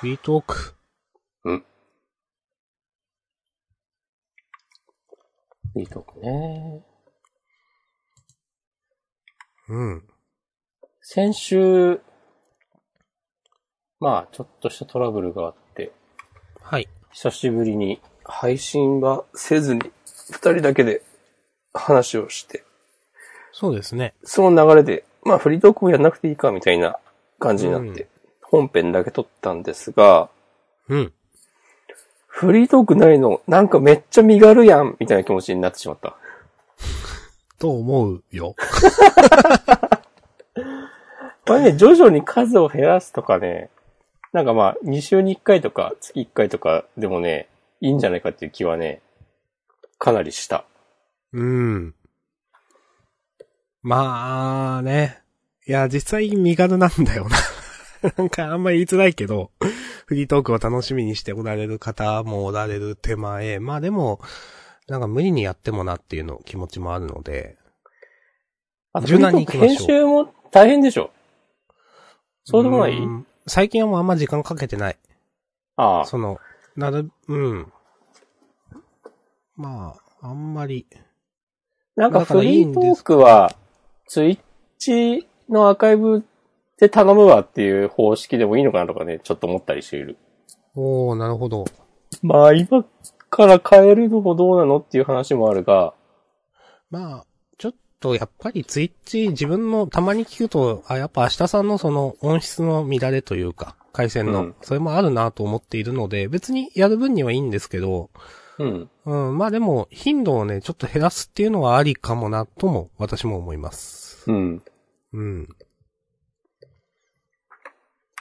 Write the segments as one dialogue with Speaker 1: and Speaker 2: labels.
Speaker 1: フリートーク。
Speaker 2: いいとこね。
Speaker 1: うん。
Speaker 2: 先週、まあ、ちょっとしたトラブルがあって、
Speaker 1: はい。
Speaker 2: 久しぶりに配信はせずに、二人だけで話をして、
Speaker 1: そうですね。
Speaker 2: その流れで、まあ、フリートークもやんなくていいか、みたいな感じになって、
Speaker 1: うん
Speaker 2: 本編だけ撮ったんですが、
Speaker 1: うん。
Speaker 2: フリートークないの、なんかめっちゃ身軽やん、みたいな気持ちになってしまった。
Speaker 1: と思うよ。
Speaker 2: これね、徐々に数を減らすとかね、なんかまあ、2週に1回とか、月1回とかでもね、いいんじゃないかっていう気はね、かなりした。
Speaker 1: うん。まあね。いや、実際身軽なんだよな。 なんかあんまり言いづらいけど、フリートークを楽しみにしておられる方もおられる手前。まあでも、なんか無理にやってもなっていうの気持ちもあるので。
Speaker 2: あと、
Speaker 1: 柔軟に行きましょう
Speaker 2: 編集も大変でしょそうでもない
Speaker 1: ん最近はもうあんま時間かけてない。
Speaker 2: ああ。
Speaker 1: その、なる、うん。まあ、あんまり。
Speaker 2: なんかフリートークは、ツイッチのアーカイブで頼むわっていう方式でもいいのかなとかね、ちょっと思ったりしている。
Speaker 1: おー、なるほど。
Speaker 2: まあ、今から変えるのもどうなのっていう話もあるが、
Speaker 1: まあ、ちょっとやっぱりツイッチ自分のたまに聞くと、あ、やっぱ明日さんのその音質の乱れというか、回線の、
Speaker 2: うん
Speaker 1: それもあるなと思っているので、別にやる分にはいいんですけど、
Speaker 2: うん。
Speaker 1: うん、まあでも頻度をね、ちょっと減らすっていうのはありかもなとも私も思います。
Speaker 2: うん。
Speaker 1: うん。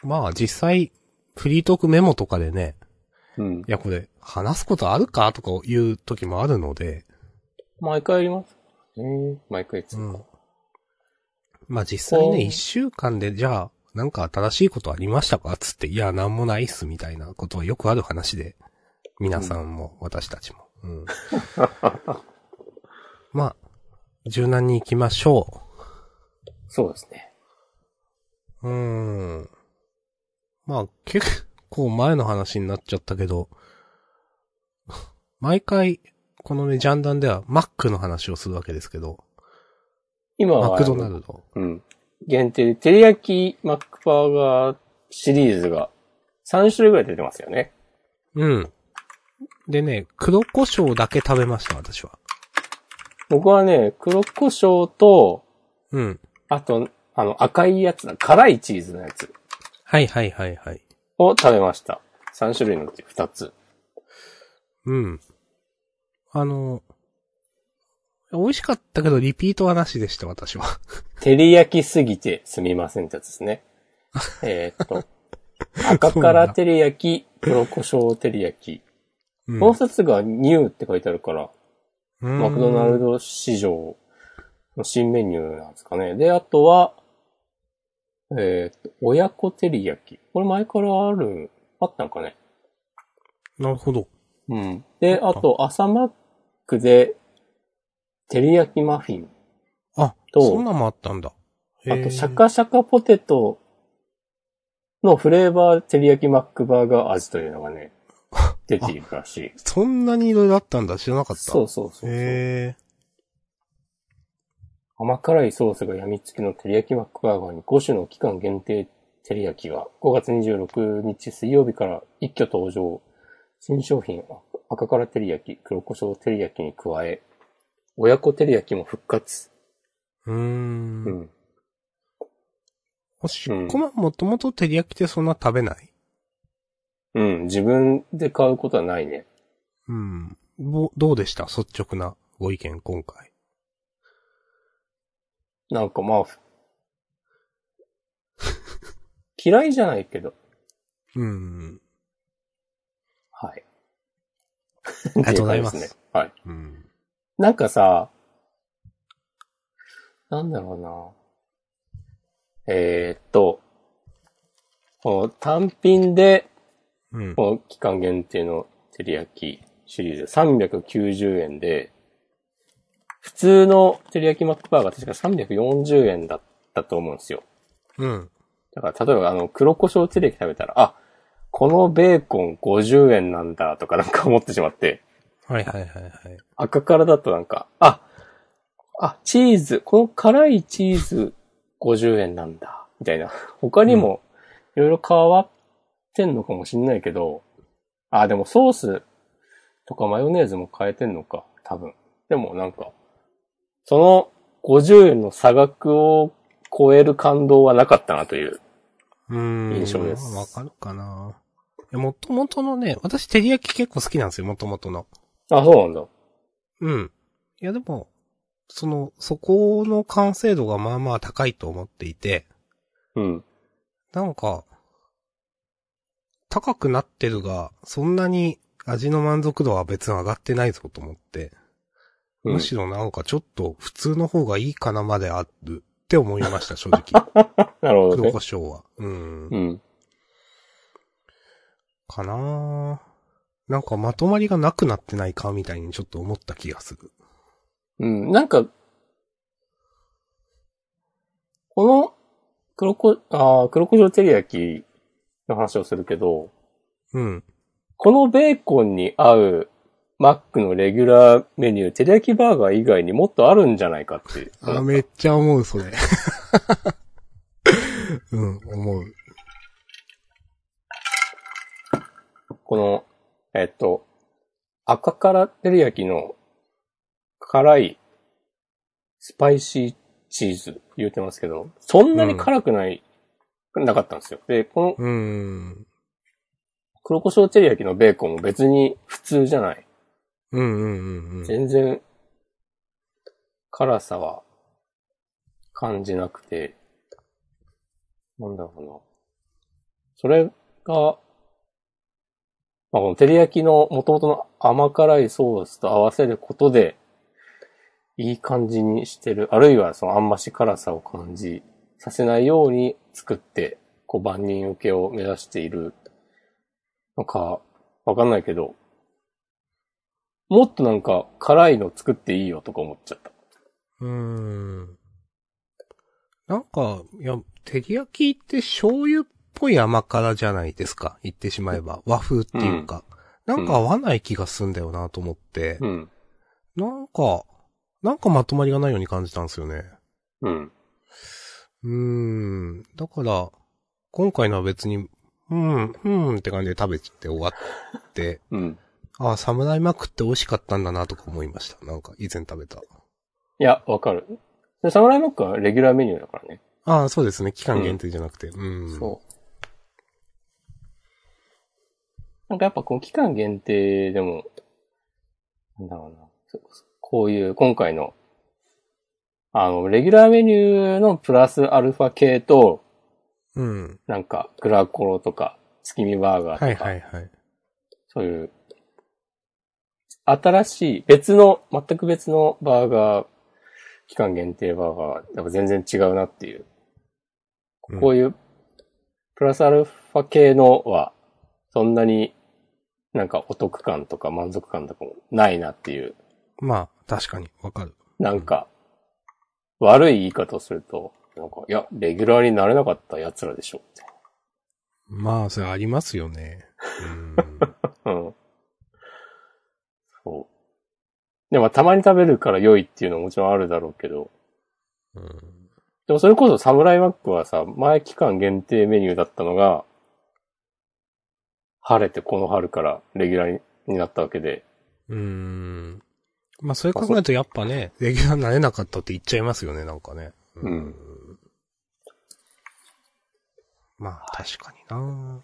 Speaker 1: まあ実際、フリートークメモとかでね、
Speaker 2: うん
Speaker 1: い。やこれ話すことあるかとかいう時もあるので、
Speaker 2: 毎回やりますね。毎回いつ
Speaker 1: う
Speaker 2: も。
Speaker 1: ん。まあ、実際
Speaker 2: こう
Speaker 1: ね、一週間で、じゃあ、なんか新しいことありましたかつって、いや、なんもないっす、みたいなことはよくある話で、皆さんも、私たちも。 うん。まあ、柔軟に行きましょ
Speaker 2: そうですね。
Speaker 1: う。うーん。まあ、結構前の話になっちゃったけど、毎回、このね、ジャンダンでは、マックの話をするわけですけど、
Speaker 2: 今は、
Speaker 1: マクドナルド。
Speaker 2: うん。限定で、テリヤキマックバーガーシリーズが3種類ぐらい出てますよね。
Speaker 1: うん。でね、黒胡椒だけ食べました、私は。
Speaker 2: 僕はね、黒胡椒と、
Speaker 1: うん。
Speaker 2: あと、あの、赤いやつだ。辛いチーズのやつ
Speaker 1: はいはいはいはい。
Speaker 2: を食べました。3種類のうち2つ。
Speaker 1: うん。あの、美味しかったけど、リピートはなしでした、私は。
Speaker 2: 照り焼きすぎてすみませんってやつです ね。えーっと、赤辛照り焼き、黒胡椒照り焼
Speaker 1: うん
Speaker 2: き。この2つがニューって書いてあるから、マクドナル
Speaker 1: ド。
Speaker 2: ド市場の新メニューなんですかね。で、あとは、えっ、と、親子照り焼き。これ前からある、あったんかね。
Speaker 1: なるほど。
Speaker 2: うん。で、
Speaker 1: あ
Speaker 2: あ
Speaker 1: った
Speaker 2: と、朝マックで、照り焼きマフィン。
Speaker 1: あ、
Speaker 2: どう
Speaker 1: そんなんもあったんだ。
Speaker 2: あ
Speaker 1: へ
Speaker 2: と、
Speaker 1: ー
Speaker 2: シャカシャカポテトのフレーバー照り焼きマックバーガー味というの がね、出ているらしい。
Speaker 1: そんなにいろいろあったんだ、知らなかった。
Speaker 2: そうそうそうそう。
Speaker 1: へえ。
Speaker 2: 甘辛いソースが病みつきの照り焼きマックバーガーに5種の期間限定照り焼きが5月26日水曜日から一挙登場。新商品赤辛照り焼き、黒胡椒照り焼きに加え、親子照り焼きも復活。
Speaker 1: うー。
Speaker 2: うんん。
Speaker 1: おしっこま、もともと照り焼きってそんな食べない
Speaker 2: うん、自分で買うことはないね。
Speaker 1: うん。ぼどうでした率直なご意見、今回。
Speaker 2: なん かまあ、嫌いじゃないけど。
Speaker 1: うん。
Speaker 2: はい。
Speaker 1: ありがとうございま
Speaker 2: ってう感じですね。はい。
Speaker 1: うん。
Speaker 2: なんかさ、なんだろうな。えー、っと、この単品で、
Speaker 1: うん。
Speaker 2: この期間限定の照り焼きシリーズ390円で、普通の照り焼きマックバーガー確か340円だったと思うんですよ。
Speaker 1: うん。
Speaker 2: だから、例えばあの、黒胡椒照り焼き食べたら、あ、このベーコン50円なんだとかなんか思ってしまって、
Speaker 1: はいはいはいはい。
Speaker 2: 赤からだとなんか、あ、あ、チーズ、この辛いチーズ50円なんだ、みたいな。 他にもいろいろ変わってんのかもしんないけど、あ、でもソースとかマヨネーズも変えてんのか、多分。でもなんか、その50円の差額を超える感動はなかったなという。
Speaker 1: うーん。
Speaker 2: 印象です
Speaker 1: わかるかな。いや、もともとのね、私、照り焼き結構好きなんですよ、もともとの。
Speaker 2: あ、そうなんだ。
Speaker 1: うん。いや、でも、その、そこの完成度がまあまあ高いと思っていて、
Speaker 2: うん。
Speaker 1: なんか、高くなってるが、そんなに味の満足度は別に上がってないぞと思って、
Speaker 2: うん
Speaker 1: むしろなんかちょっと普通の方がいいかなまであるって思いました、正直。
Speaker 2: なるほど
Speaker 1: 黒
Speaker 2: ね
Speaker 1: 胡。椒は。うん
Speaker 2: う。ん。
Speaker 1: かなーなんかまとまりがなくなってないかみたいにちょっと思った気がする。
Speaker 2: うん、なんか、この、黒こ、ああ、黒胡椒照り焼きの話をするけど、
Speaker 1: うん。
Speaker 2: このベーコンに合うマックのレギュラーメニュー、照り焼きバーガー以外にもっとあるんじゃないかっていう。
Speaker 1: あ、めっちゃ思う、それ。 うん、思う。
Speaker 2: この、えっと、赤から照り焼きの辛いスパイシーチーズ言うてますけど、そんなに辛くない、なかったんですよ。で、この
Speaker 1: うーん。
Speaker 2: 黒胡椒照り焼きのベーコンも別に普通じゃない。
Speaker 1: うんうんうんうん。
Speaker 2: 全然、辛さは感じなくて、なんだろうな。それが、まあ、この照り焼きの元々の甘辛いソースと合わせることで、いい感じにしてる。あるいはそのあんまし辛さを感じさせないように作って、こう万人受けを目指しているのか、わかんないけど、もっとなんか辛いの作っていいよとか思っちゃった。
Speaker 1: うーん。なんか、いや、照り焼きって醤油っぽい甘辛じゃないですか。言ってしまえば。和風っていうか。なんか合わない気がすんだよなと思って。
Speaker 2: うん。
Speaker 1: なんか、なんかまとまりがないように感じたんですよね。
Speaker 2: うん。
Speaker 1: うーん。だから、今回のは別に、うん、うんって感じで食べて終わって、
Speaker 2: うん。
Speaker 1: ああ、サムライマックって美味しかったんだなとか思いました。なんか、以前食べた。
Speaker 2: いや、わかる。でサムライマックはレギュラーメニューだからね。
Speaker 1: ああ、そうですね。期間限定じゃなくて。うん。
Speaker 2: そう。なんかやっぱこの期間限定でも、なんだろうな。そこういう今回の、あの、レギュラーメニューのプラスアルファ系と、
Speaker 1: う。うん。
Speaker 2: なんか、グラコロとか、月見バーガーとか、
Speaker 1: はいはいはい。
Speaker 2: そういう、新しい、別の、全く別のバーガー、期間限定バーガー、やっぱ全然違うなっていう。
Speaker 1: うん
Speaker 2: こういう、プラスアルファ系のは、そんなになんかお得感とか満足感とかもないなっていう、
Speaker 1: まあ、確かに、わかる。
Speaker 2: なんか、悪い言い方をすると、なんか、いや、レギュラーになれなかった奴らでしょ。
Speaker 1: まあ、それありますよね。 うん。
Speaker 2: うん。そう。でもたまに食べるから良いっていうのはもちろんあるだろうけど、
Speaker 1: うん
Speaker 2: でもそれこそサムライマックはさ、前期間限定メニューだったのが、晴れてこの春からレギュラーになったわけで、
Speaker 1: うん。まあ、それ考えるとやっぱね、レギュラーになれなかったって言っちゃいますよね、なんかね。
Speaker 2: うん
Speaker 1: まあ、確かにな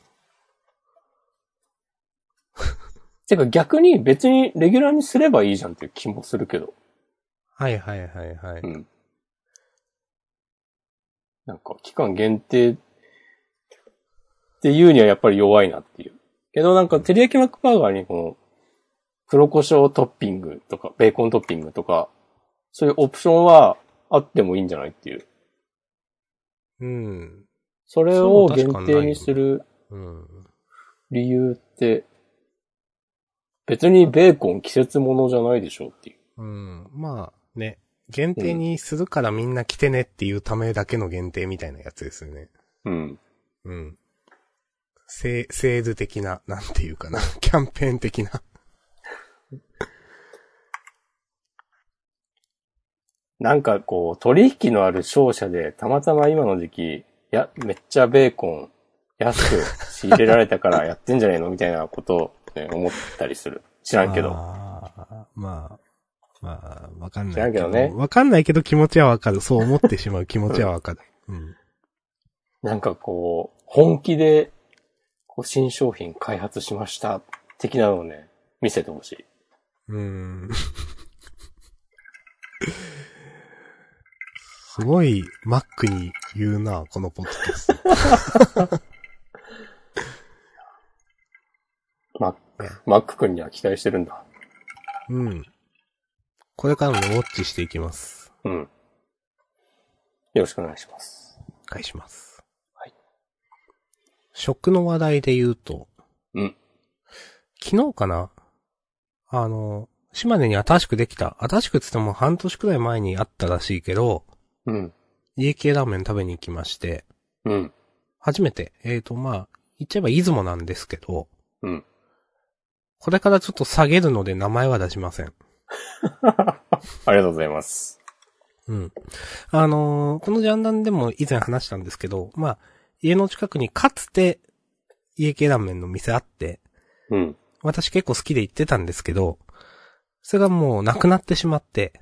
Speaker 2: てか逆に別にレギュラーにすればいいじゃんっていう気もするけど。。
Speaker 1: はいはいはいはいう
Speaker 2: ん。なんか期間限定っていうにはやっぱり弱いなっていう。けどなんか照り焼きマックバーガーにこの黒胡椒トッピングとかベーコントッピングとかそういうオプションはあってもいいんじゃないっていう。
Speaker 1: うん。
Speaker 2: それを限定にする
Speaker 1: うん。
Speaker 2: 理由って別にベーコン季節ものじゃないでしょうっていう。
Speaker 1: うん。まあ、ね。限定にするからみんな来てねっていうためだけの限定みたいなやつですよね。
Speaker 2: うん。
Speaker 1: うん。セセール的な、なんていうかな、 キャンペーン的な。
Speaker 2: なんかこう、取引のある商社で、たまたま今の時期、いや、めっちゃベーコン、安く仕入れられたからやってんじゃねえのみたいなことを、ね、思ったりする。知らんけど。
Speaker 1: あーまあ、まあ、わかんない
Speaker 2: 知らんけどね
Speaker 1: わかんないけど気持ちはわかる。そう思ってしまう気持ちはわかる。うん。
Speaker 2: なんかこう、本気で、こう新商品開発しました、的なのをね、見せてほしい。
Speaker 1: うーんすごい、マックに言うな、このポッドキャスト。
Speaker 2: マック、マック君には期待してるんだ。
Speaker 1: うん。これからもウォッチしていきます。
Speaker 2: うん。よろしくお願いします。
Speaker 1: お願いします。
Speaker 2: はい。
Speaker 1: 食の話題で言うと、
Speaker 2: うん。
Speaker 1: 昨日かなあの、島根に新しくできた。新しくっつっても半年くらい前にあったらしいけど、
Speaker 2: うん。
Speaker 1: 家系ラーメン食べに行きまして、
Speaker 2: うん。
Speaker 1: 初めて、えーと、まあ、言っちゃえば出雲なんですけど、
Speaker 2: うん。
Speaker 1: これからちょっと下げるので名前は出しません。
Speaker 2: ありがとうございます。
Speaker 1: うん。あのーこのジャンダンでも以前話したんですけど、まあ、家の近くにかつて家系ラーメンの店あって、
Speaker 2: うん。
Speaker 1: 私結構好きで行ってたんですけど、それがもうなくなってしまって、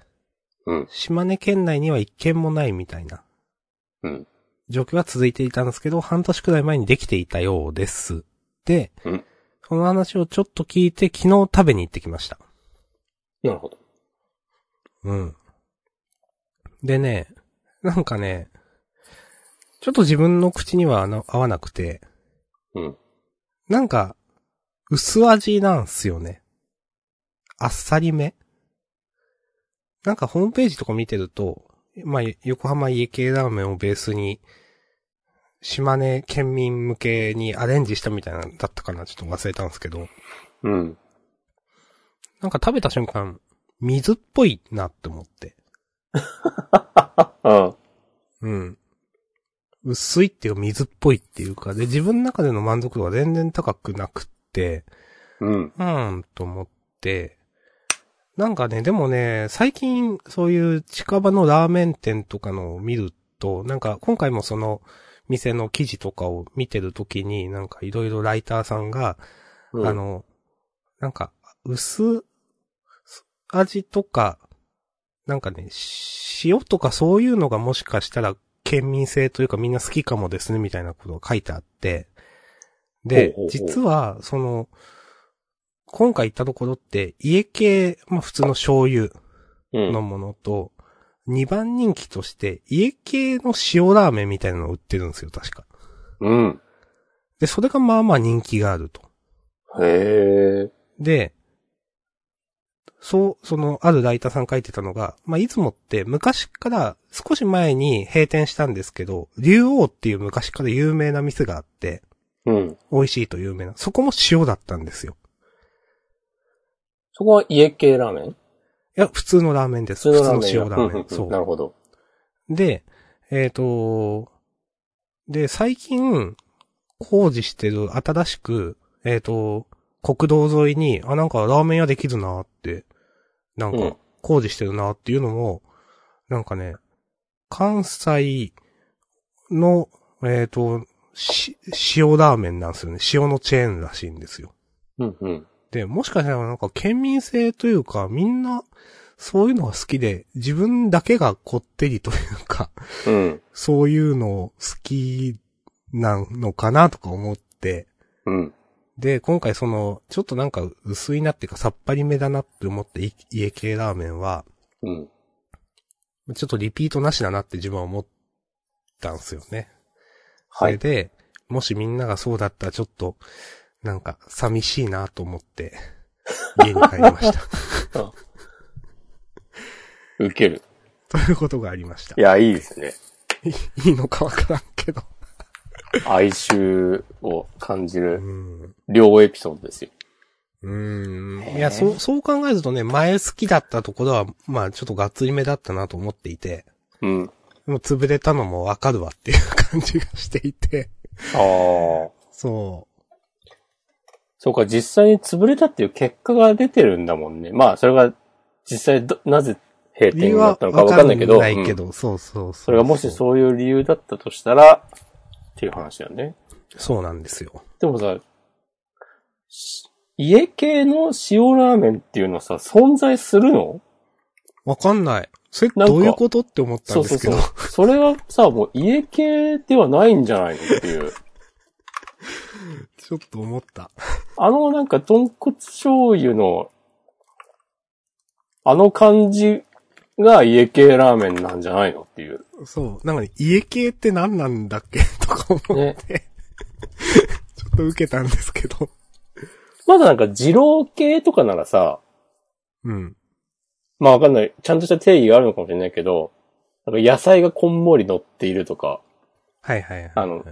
Speaker 2: うん。
Speaker 1: 島根県内には一軒もないみたいな
Speaker 2: うん。
Speaker 1: 状況が続いていたんですけど、半年くらい前にできていたようです。で、
Speaker 2: うん
Speaker 1: その話をちょっと聞いて昨日食べに行ってきました。
Speaker 2: なるほど。
Speaker 1: うん。でね、なんかね、ちょっと自分の口にはあの合わなくて、
Speaker 2: うん。
Speaker 1: なんか、薄味なんすよね。あっさりめ。なんかホームページとか見てると、まあ、横浜家系ラーメンをベースに、島根県民向けにアレンジしたみたいなのだったかな、ちょっと忘れたんですけど、
Speaker 2: うん。
Speaker 1: なんか食べた瞬間、水っぽいなって思って。
Speaker 2: あ
Speaker 1: うん。薄いっていうか水っぽいっていうか、で、自分の中での満足度が全然高くなくって、
Speaker 2: うん。
Speaker 1: うーん、と思って、なんかね、でもね、最近、そういう近場のラーメン店とかのを見ると、なんか今回もその、店の記事とかを見てるときに、なんかいろいろライターさんが、
Speaker 2: うん
Speaker 1: あ、の、なんか、薄、味とか、なんかね、塩とかそういうのがもしかしたら県民性というかみんな好きかもですね、みたいなことが書いてあって。で
Speaker 2: ほうほうほう、
Speaker 1: 実は、その、今回行ったところって、家系、まあ普通の醤油
Speaker 2: うん
Speaker 1: のものと、2番人気として、家系の塩ラーメンみたいなのを売ってるんですよ、確か。
Speaker 2: うん。
Speaker 1: で、それがまあまあ人気があると。
Speaker 2: へえ。
Speaker 1: で、そう、その、あるライターさん書いてたのが、まあ、いつもって昔から少し前に閉店したんですけど、竜王っていう昔から有名な店があって、
Speaker 2: うん。
Speaker 1: 美味しいと有名な、そこも塩だったんですよ。
Speaker 2: そこは家系ラーメン
Speaker 1: いや、普通のラーメンで
Speaker 2: 普
Speaker 1: す。
Speaker 2: 通のラーメン
Speaker 1: 普通の塩ラーメン。
Speaker 2: そ。
Speaker 1: そう
Speaker 2: な
Speaker 1: う。
Speaker 2: るほど。
Speaker 1: で、えっ、と、で、最近、工事してる新しく、えっ、と、国道沿いに、あ、なんかラーメン屋できるなーって、なん
Speaker 2: う
Speaker 1: か、
Speaker 2: ん。
Speaker 1: 工事してるなっていうのも、なんかね、関西の、えっ、と、し、塩ラーメンなんですよね。塩のチェーンらしいんですよ。
Speaker 2: うん。うん。
Speaker 1: で、もしかしたらなんか県民性というか、みんな、そういうのが好きで、自分だけがこってりというか、
Speaker 2: うん。
Speaker 1: そういうの好きなのかなとか思って、
Speaker 2: うん。
Speaker 1: で、今回その、ちょっとなんか薄いなっていうかさっぱりめだなって思って、い家系ラーメンは、
Speaker 2: うん。
Speaker 1: ちょっとリピートなしだなって自分は思ったんすよね。
Speaker 2: はい
Speaker 1: それで、もしみんながそうだったらちょっと、なんか、寂しいなと思 って、家に帰りました。
Speaker 2: 受ける。
Speaker 1: ということがありました
Speaker 2: い。や、いいですね。
Speaker 1: いいのかわからんけど。
Speaker 2: 哀愁を感じ
Speaker 1: う
Speaker 2: る
Speaker 1: ん。
Speaker 2: 両エピソードですよ。
Speaker 1: うん。い
Speaker 2: へ
Speaker 1: や、
Speaker 2: ー
Speaker 1: そう、そう考えるとね、前好きだったところは、まあ、ちょっとがっつりめだったなと思っていて、
Speaker 2: うん。
Speaker 1: もう潰れたのもわかるわっていう感じがしていて、
Speaker 2: ああ。
Speaker 1: そう。
Speaker 2: そうか、実際に潰れたっていう結果が出てるんだもんね。まあ、それが実際どなぜ閉
Speaker 1: 理
Speaker 2: 店
Speaker 1: 由
Speaker 2: にな
Speaker 1: は
Speaker 2: ったのかわかんないけど、
Speaker 1: わかんないけ
Speaker 2: うん
Speaker 1: ど、そうそうそう。
Speaker 2: それがもしそういう理由だったとしたら、っていう話だよね。
Speaker 1: そうなんですよ。
Speaker 2: でもさ、し家系の塩ラーメンっていうのさ、存在するの
Speaker 1: わかんない。それ
Speaker 2: なんか
Speaker 1: どういうことって思ったん
Speaker 2: そう
Speaker 1: で
Speaker 2: そう
Speaker 1: すけど
Speaker 2: そう。。それはさ、もう家系ではないんじゃないのっ ていう。
Speaker 1: ちょっと思った。
Speaker 2: あのなんか豚骨醤油の、あの感じが家系ラーメンなんじゃないのっ ていう。
Speaker 1: そう。なんか、ね、家系って何なんだっけ とか思う。
Speaker 2: ね。
Speaker 1: ちょっと受けたんですけど。
Speaker 2: まだなんか二郎系とかならさ、
Speaker 1: うん。
Speaker 2: まあわかんない。ちゃんとした定義があるのかもしれないけど、なんか野菜がこんもり乗っているとか、
Speaker 1: はいはいはい。
Speaker 2: あの、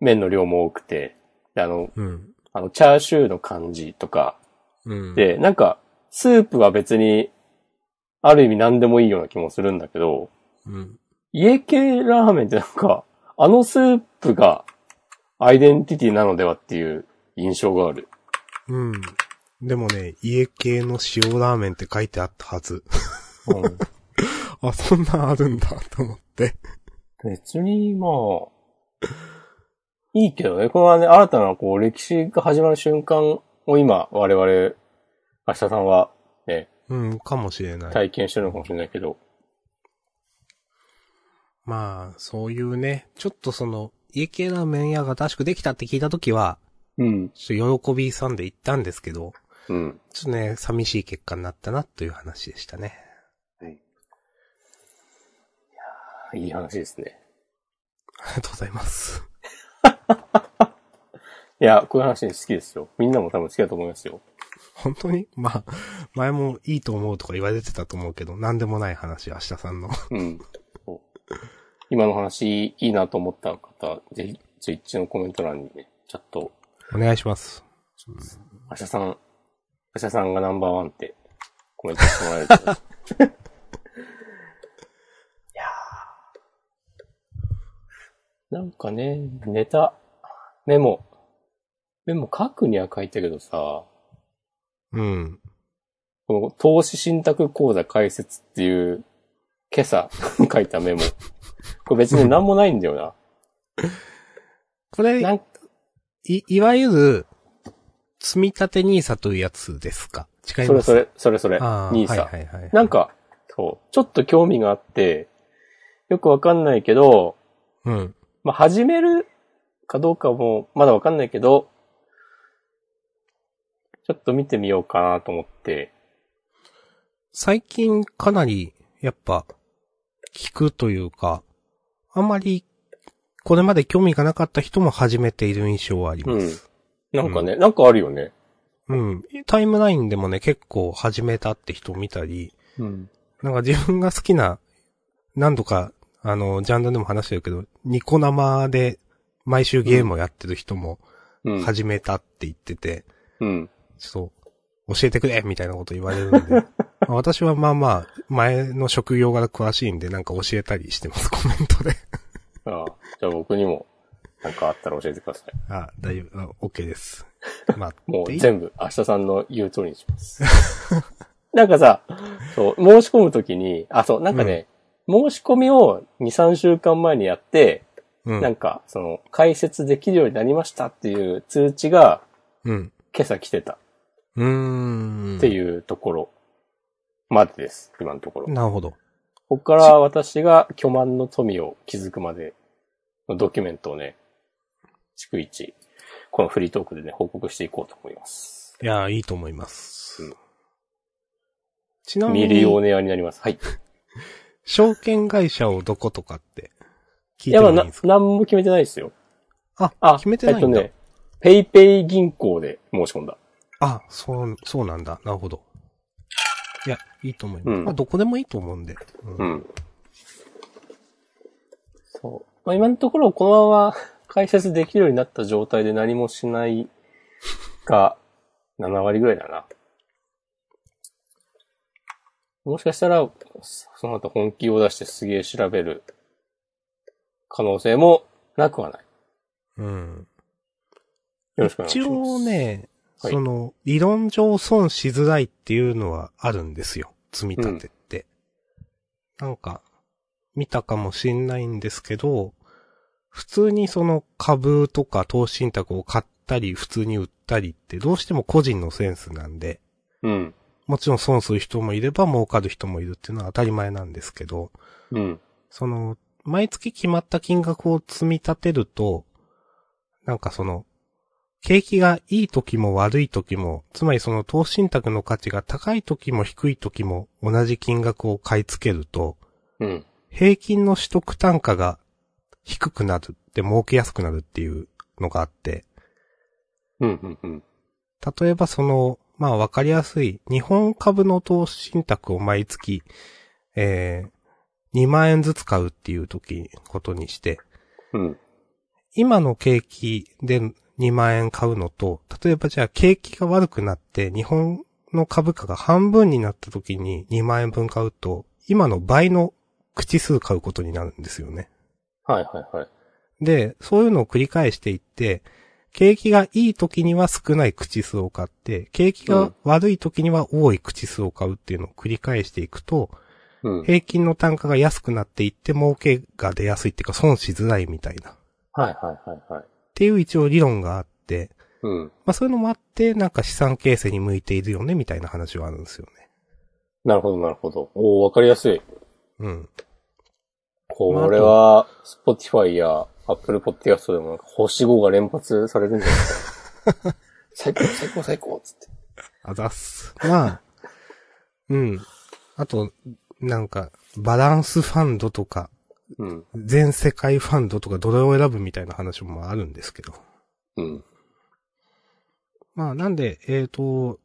Speaker 2: 麺の量も多くて、であの、
Speaker 1: うん。
Speaker 2: あの、チャーシューの感じとか、
Speaker 1: うん。
Speaker 2: で、なんか、スープは別に、ある意味何でもいいような気もするんだけど、
Speaker 1: うん。
Speaker 2: 家系ラーメンってなんか、あのスープがアイデンティティなのではっていう印象がある。
Speaker 1: うん。でもね、家系の塩ラーメンって書いてあったはず。 あ、そんなんあるんだ と思って。
Speaker 2: 別に、まあ、いいけどね。これはね、新たなこう歴史が始まる瞬間を今、我々、明日さんはね、
Speaker 1: うん、かもしれない。
Speaker 2: 体験してるのかもしれないけど、
Speaker 1: まあ、そういうね、ちょっとその、家系ラーメン屋が新しくできたって聞いたときは、
Speaker 2: うん。
Speaker 1: ちょっと喜びさんで行ったんですけど、
Speaker 2: うん。
Speaker 1: ちょっとね、寂しい結果になったなという話でしたね。
Speaker 2: いい話ですね。
Speaker 1: ありがとうございます。
Speaker 2: いや、こういう話好きですよ。みんなも多分好きだと思いますよ。
Speaker 1: 本当にまあ、前もいいと思うとか言われてたと思うけど、なんでもない話、明日さ んの。
Speaker 2: うん。今の話、いいなと思った方、ぜひ、ツイッチのコメント欄にね、ちょっと、
Speaker 1: お願いします。
Speaker 2: アシャさん、アシャさんがナンバーワンって、コメントしてもらえる と。いやーなんかね、ネタ、メモ、メモ書くには書いたけどさ、
Speaker 1: うん。
Speaker 2: この投資信託講座解説っていう、今朝 書いたメモ。これ別に何もないんだよな。
Speaker 1: これ、
Speaker 2: なん
Speaker 1: い、いわゆる、積み立て NISA というやつですか違い
Speaker 2: そ
Speaker 1: ま
Speaker 2: れ
Speaker 1: す
Speaker 2: それ、それそれ、
Speaker 1: ああ、
Speaker 2: 兄さん。
Speaker 1: はいはいはい。
Speaker 2: なん、か、そう、ちょっと興味があって、よくわかんないけど、
Speaker 1: うん。
Speaker 2: まあ、始めるかどうかもまだわかんないけど、ちょっと見てみようかなと思って、
Speaker 1: 最近かなり、やっぱ、聞くというか、あんまり、これまで興味がなかった人も始めている印象はあります。
Speaker 2: なんかね、なんかあるよね。
Speaker 1: うん。タイムラインでもね、結構始めたって人見たり、
Speaker 2: うん。
Speaker 1: なんか自分が好きな、何度か、あの、ジャンルでも話してるけど、ニコ生で毎週ゲームをやってる人も
Speaker 2: うん。
Speaker 1: 始めたって言ってて、
Speaker 2: うん。
Speaker 1: ちょっと、教えてくれみたいなこと言われるんで。 まあ私はまあまあ、前の職業柄詳しいんで、なんか教えたりしてます、コメントで。
Speaker 2: ああじゃあ僕にも、なんかあったら教えてください。
Speaker 1: あ、大丈夫、あ OK です。まあ、
Speaker 2: も
Speaker 1: で
Speaker 2: う全部、明日さんの言う通りにします。 なんかさ、そう、申し込むときに、あ、そう、なんかね、申し込みを2、3週間前にやって、
Speaker 1: うん
Speaker 2: なんか、その、解説できるようになりましたっていう通知が
Speaker 1: うん。
Speaker 2: 今朝来てた
Speaker 1: うーん。
Speaker 2: っていうところまでです、今のところ。
Speaker 1: なるほど。
Speaker 2: ここから私が巨万の富を築くまでのドキュメントをね、逐一、このフリートークでね、報告していこうと思います。
Speaker 1: いや、いいと思います。
Speaker 2: うん
Speaker 1: ちなみ
Speaker 2: ミリオ
Speaker 1: に、
Speaker 2: ネアになります。はい。
Speaker 1: 証券会社をどことかって聞いて
Speaker 2: いや、
Speaker 1: も
Speaker 2: まあ、
Speaker 1: いい
Speaker 2: な、
Speaker 1: んですか
Speaker 2: なんも決めてないですよ。
Speaker 1: あ
Speaker 2: あ、
Speaker 1: 決めてないんだ。
Speaker 2: えっとね、ペイペイ銀行で申し込んだ。
Speaker 1: あ、そう、そうなんだ。なるほど。いや、いいと思います。
Speaker 2: うん
Speaker 1: まあ、どこでもいいと思うんで。うん
Speaker 2: うん。そう。まあ、今のところ、このまま 解説できるようになった状態で何もしないが、7割ぐらいだな。もしかしたら、その後本気を出してすげえ調べる可能性もなくはない。
Speaker 1: うん。
Speaker 2: よろしくお願いしま
Speaker 1: 一
Speaker 2: す。
Speaker 1: 応ね、
Speaker 2: はい
Speaker 1: その、理論上損しづらいっていうのはあるんですよ。積み立てって。なんか、見たかもしんないんですけど、普通にその株とか投資信託を買ったり、普通に売ったりってどうしても個人のセンスなんで、
Speaker 2: うん。
Speaker 1: もちろん損する人もいれば儲かる人もいるっていうのは当たり前なんですけど、
Speaker 2: うん。
Speaker 1: その、毎月決まった金額を積み立てると、なんかその、景気がいい時も悪い時も、つまりその投資信託の価値が高い時も低い時も同じ金額を買い付けると、
Speaker 2: うん。
Speaker 1: 平均の取得単価が低くなるって儲けやすくなるっていうのがあって、
Speaker 2: うん。うん。うん。
Speaker 1: 例えばその、まあわかりやすい、日本株の投資信託を毎月、えー、2万円ずつ買うっていう時、ことにして、
Speaker 2: うん。
Speaker 1: 今の景気で2万円買うのと、例えばじゃあ景気が悪くなって日本の株価が半分になった時に2万円分買うと、今の倍の口数買うことになるんですよね。
Speaker 2: はいはいはい。
Speaker 1: で、そういうのを繰り返していって、景気がいい時には少ない口数を買って、景気が悪い時には多い口数を買うっていうのを繰り返していくと、
Speaker 2: うん。
Speaker 1: 平均の単価が安くなっていって儲けが出やすいっていうか損しづらいみたいな。っ
Speaker 2: はいはいはいはい。
Speaker 1: ていう一応理論があって、
Speaker 2: うん。
Speaker 1: まあそういうのもあって、なんか資産形成に向いているよね、みたいな話はあるんですよね。
Speaker 2: なるほどなるほど。おおわかりやすい。
Speaker 1: うん。
Speaker 2: これは、Spotify や Apple Podcast でもなんか星5が連発されるんじ ゃないですか。最高最高最高っつって。
Speaker 1: あざっす。まあ、 うん。あと、なんか、バランスファンドとか、
Speaker 2: うん。
Speaker 1: 全世界ファンドとか、どれを選ぶみたいな話もあるんですけど。
Speaker 2: うん。
Speaker 1: まあ、なんで、えーと、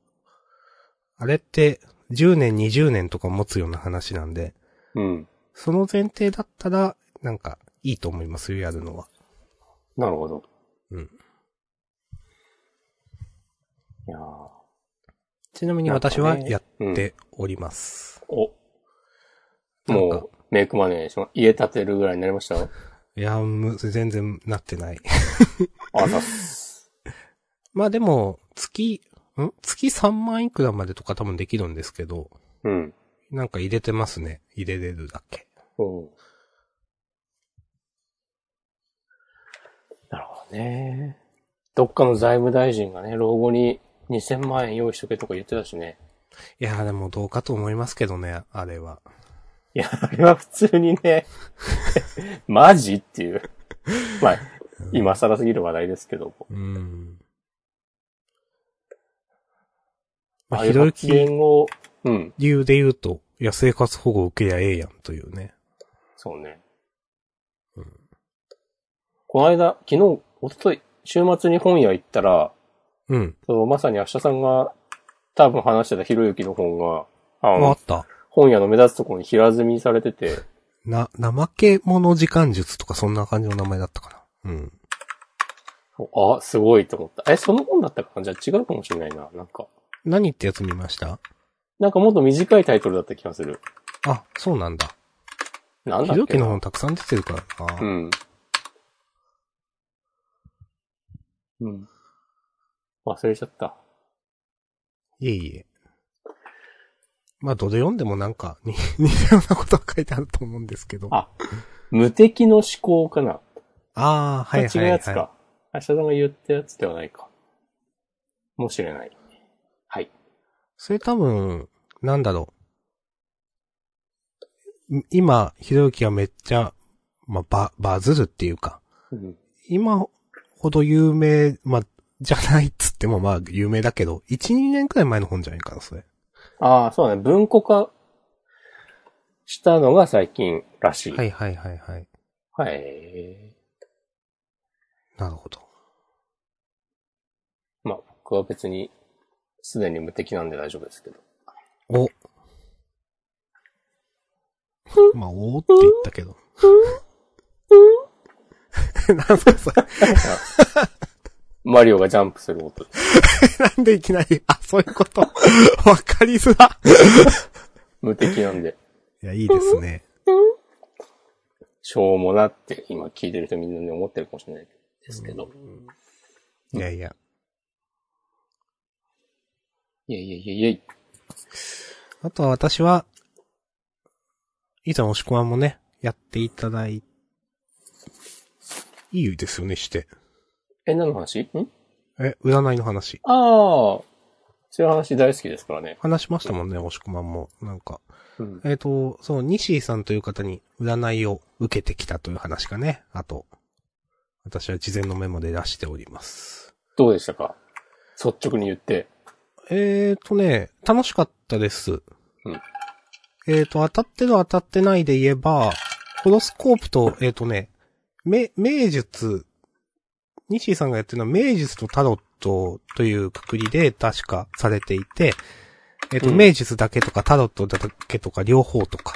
Speaker 1: あれって、10年、20年とか持つような話なんで、
Speaker 2: うん。
Speaker 1: その前提だったら、なんか、いいと思いますよ、やるのは。
Speaker 2: なるほど。
Speaker 1: うん。
Speaker 2: いやー
Speaker 1: ちなみに私はや
Speaker 2: うん
Speaker 1: っております。
Speaker 2: お。
Speaker 1: なん
Speaker 2: も
Speaker 1: か
Speaker 2: う、メイクマネーしま、家建てるぐらいになりましたあ
Speaker 1: いや、む、全然なってない。
Speaker 2: ざっす。
Speaker 1: まあでも、月、ん月3万いくらまでとか多分できるんですけど、
Speaker 2: うん。
Speaker 1: なんか入れてますね。入れれるだけ。
Speaker 2: うん。なるほどね。どっかの財務大臣がね、老後に2000万円用意しとけとか言ってたしね。
Speaker 1: いや、でもどうかと思いますけどね、あれは。
Speaker 2: いや、あれは普通にね、 マジっていう。まあ、今更すぎる話題ですけども。
Speaker 1: うん。ま
Speaker 2: あ
Speaker 1: あ、
Speaker 2: あい
Speaker 1: ひ
Speaker 2: う
Speaker 1: ろゆ
Speaker 2: 発
Speaker 1: き
Speaker 2: 言を、うん、
Speaker 1: 理由で言うと、いや、生活保護受けりゃええやんというね。
Speaker 2: そうね。
Speaker 1: うん
Speaker 2: この間、昨日、一昨日週末に本屋行ったら、
Speaker 1: うん。
Speaker 2: そうまさに明日さんが多分話してたひろゆきの本が、あ
Speaker 1: ああ
Speaker 2: の
Speaker 1: っ、た。
Speaker 2: 本屋の目立つところに平積みされてて、
Speaker 1: な、怠け者時間術とかそんな感じの名前だったかな。うん。
Speaker 2: あ、すごいと思った。え、その本だったかなじゃあ違うかもしれないな。なんか、
Speaker 1: 何ってやつ見ました
Speaker 2: なんかもっと短いタイトルだった気がする。
Speaker 1: あ、そうなんだ。
Speaker 2: なん
Speaker 1: ひ
Speaker 2: だ
Speaker 1: ろゆ
Speaker 2: っ
Speaker 1: き
Speaker 2: け
Speaker 1: の
Speaker 2: な
Speaker 1: 本たくさん出てるからな。
Speaker 2: うん。うん。忘れちゃった。
Speaker 1: いえいえ。まあ、どれ読んでもなんか、 に、似たようなことは書いてあると思うんですけど。
Speaker 2: あ無敵の思考かな
Speaker 1: あー、はいはい
Speaker 2: 違う
Speaker 1: は
Speaker 2: や
Speaker 1: い。
Speaker 2: つか。明日さんが言ったやつではないか。もしれない。はい。
Speaker 1: それ多分、なんだろう。今、ひろゆきがめっちゃ、まあ、バ、バズるっていうか、
Speaker 2: うん。
Speaker 1: 今ほど有名、まあ、じゃないっつってもまあ、有名だけど、1、2年くらい前の本じゃないかな、それ。
Speaker 2: ああ、そうだね。文庫化したのが最近らしい。。
Speaker 1: はいいはいはいはい。
Speaker 2: はい。
Speaker 1: なるほど。
Speaker 2: まあ、僕は別に、すでに無敵なんで大丈夫ですけど。
Speaker 1: お。まあ、おーって言ったけど。 なんすかそれ。
Speaker 2: マリオがジャンプする音。
Speaker 1: なんでいきなり、あ、そういうこと。 わかりづら。
Speaker 2: 無敵なんで。
Speaker 1: いや、いいですね。
Speaker 2: しょうもなって、今聞いてる人みんなね、思ってるかもしれないですけど。
Speaker 1: いやいや。
Speaker 2: いやいやいやいやい。
Speaker 1: あとは私は、以前押し込まんもね、やっていただい、いいですよね、して。
Speaker 2: え、何の話ん
Speaker 1: え、占いの話。
Speaker 2: ああ、そういう話大好きですからね。
Speaker 1: 話しましたもんね、押し込まんも。なんか。
Speaker 2: うん。
Speaker 1: えっ、と、そう、西井さんという方に占いを受けてきたという話がね、あと、私は事前のメモで出しております。
Speaker 2: どうでしたか率直に言って。
Speaker 1: えっ、とね、楽しかったです。
Speaker 2: うん
Speaker 1: えっ、と、当たってる当たってないで言えば、ホロスコープと、えっ、とね、め、名術、西井さんがやってるのは名術とタロットというくくりで確かされていて、えっ、と、
Speaker 2: うん
Speaker 1: 名術だけとかタロットだけとか両方とか、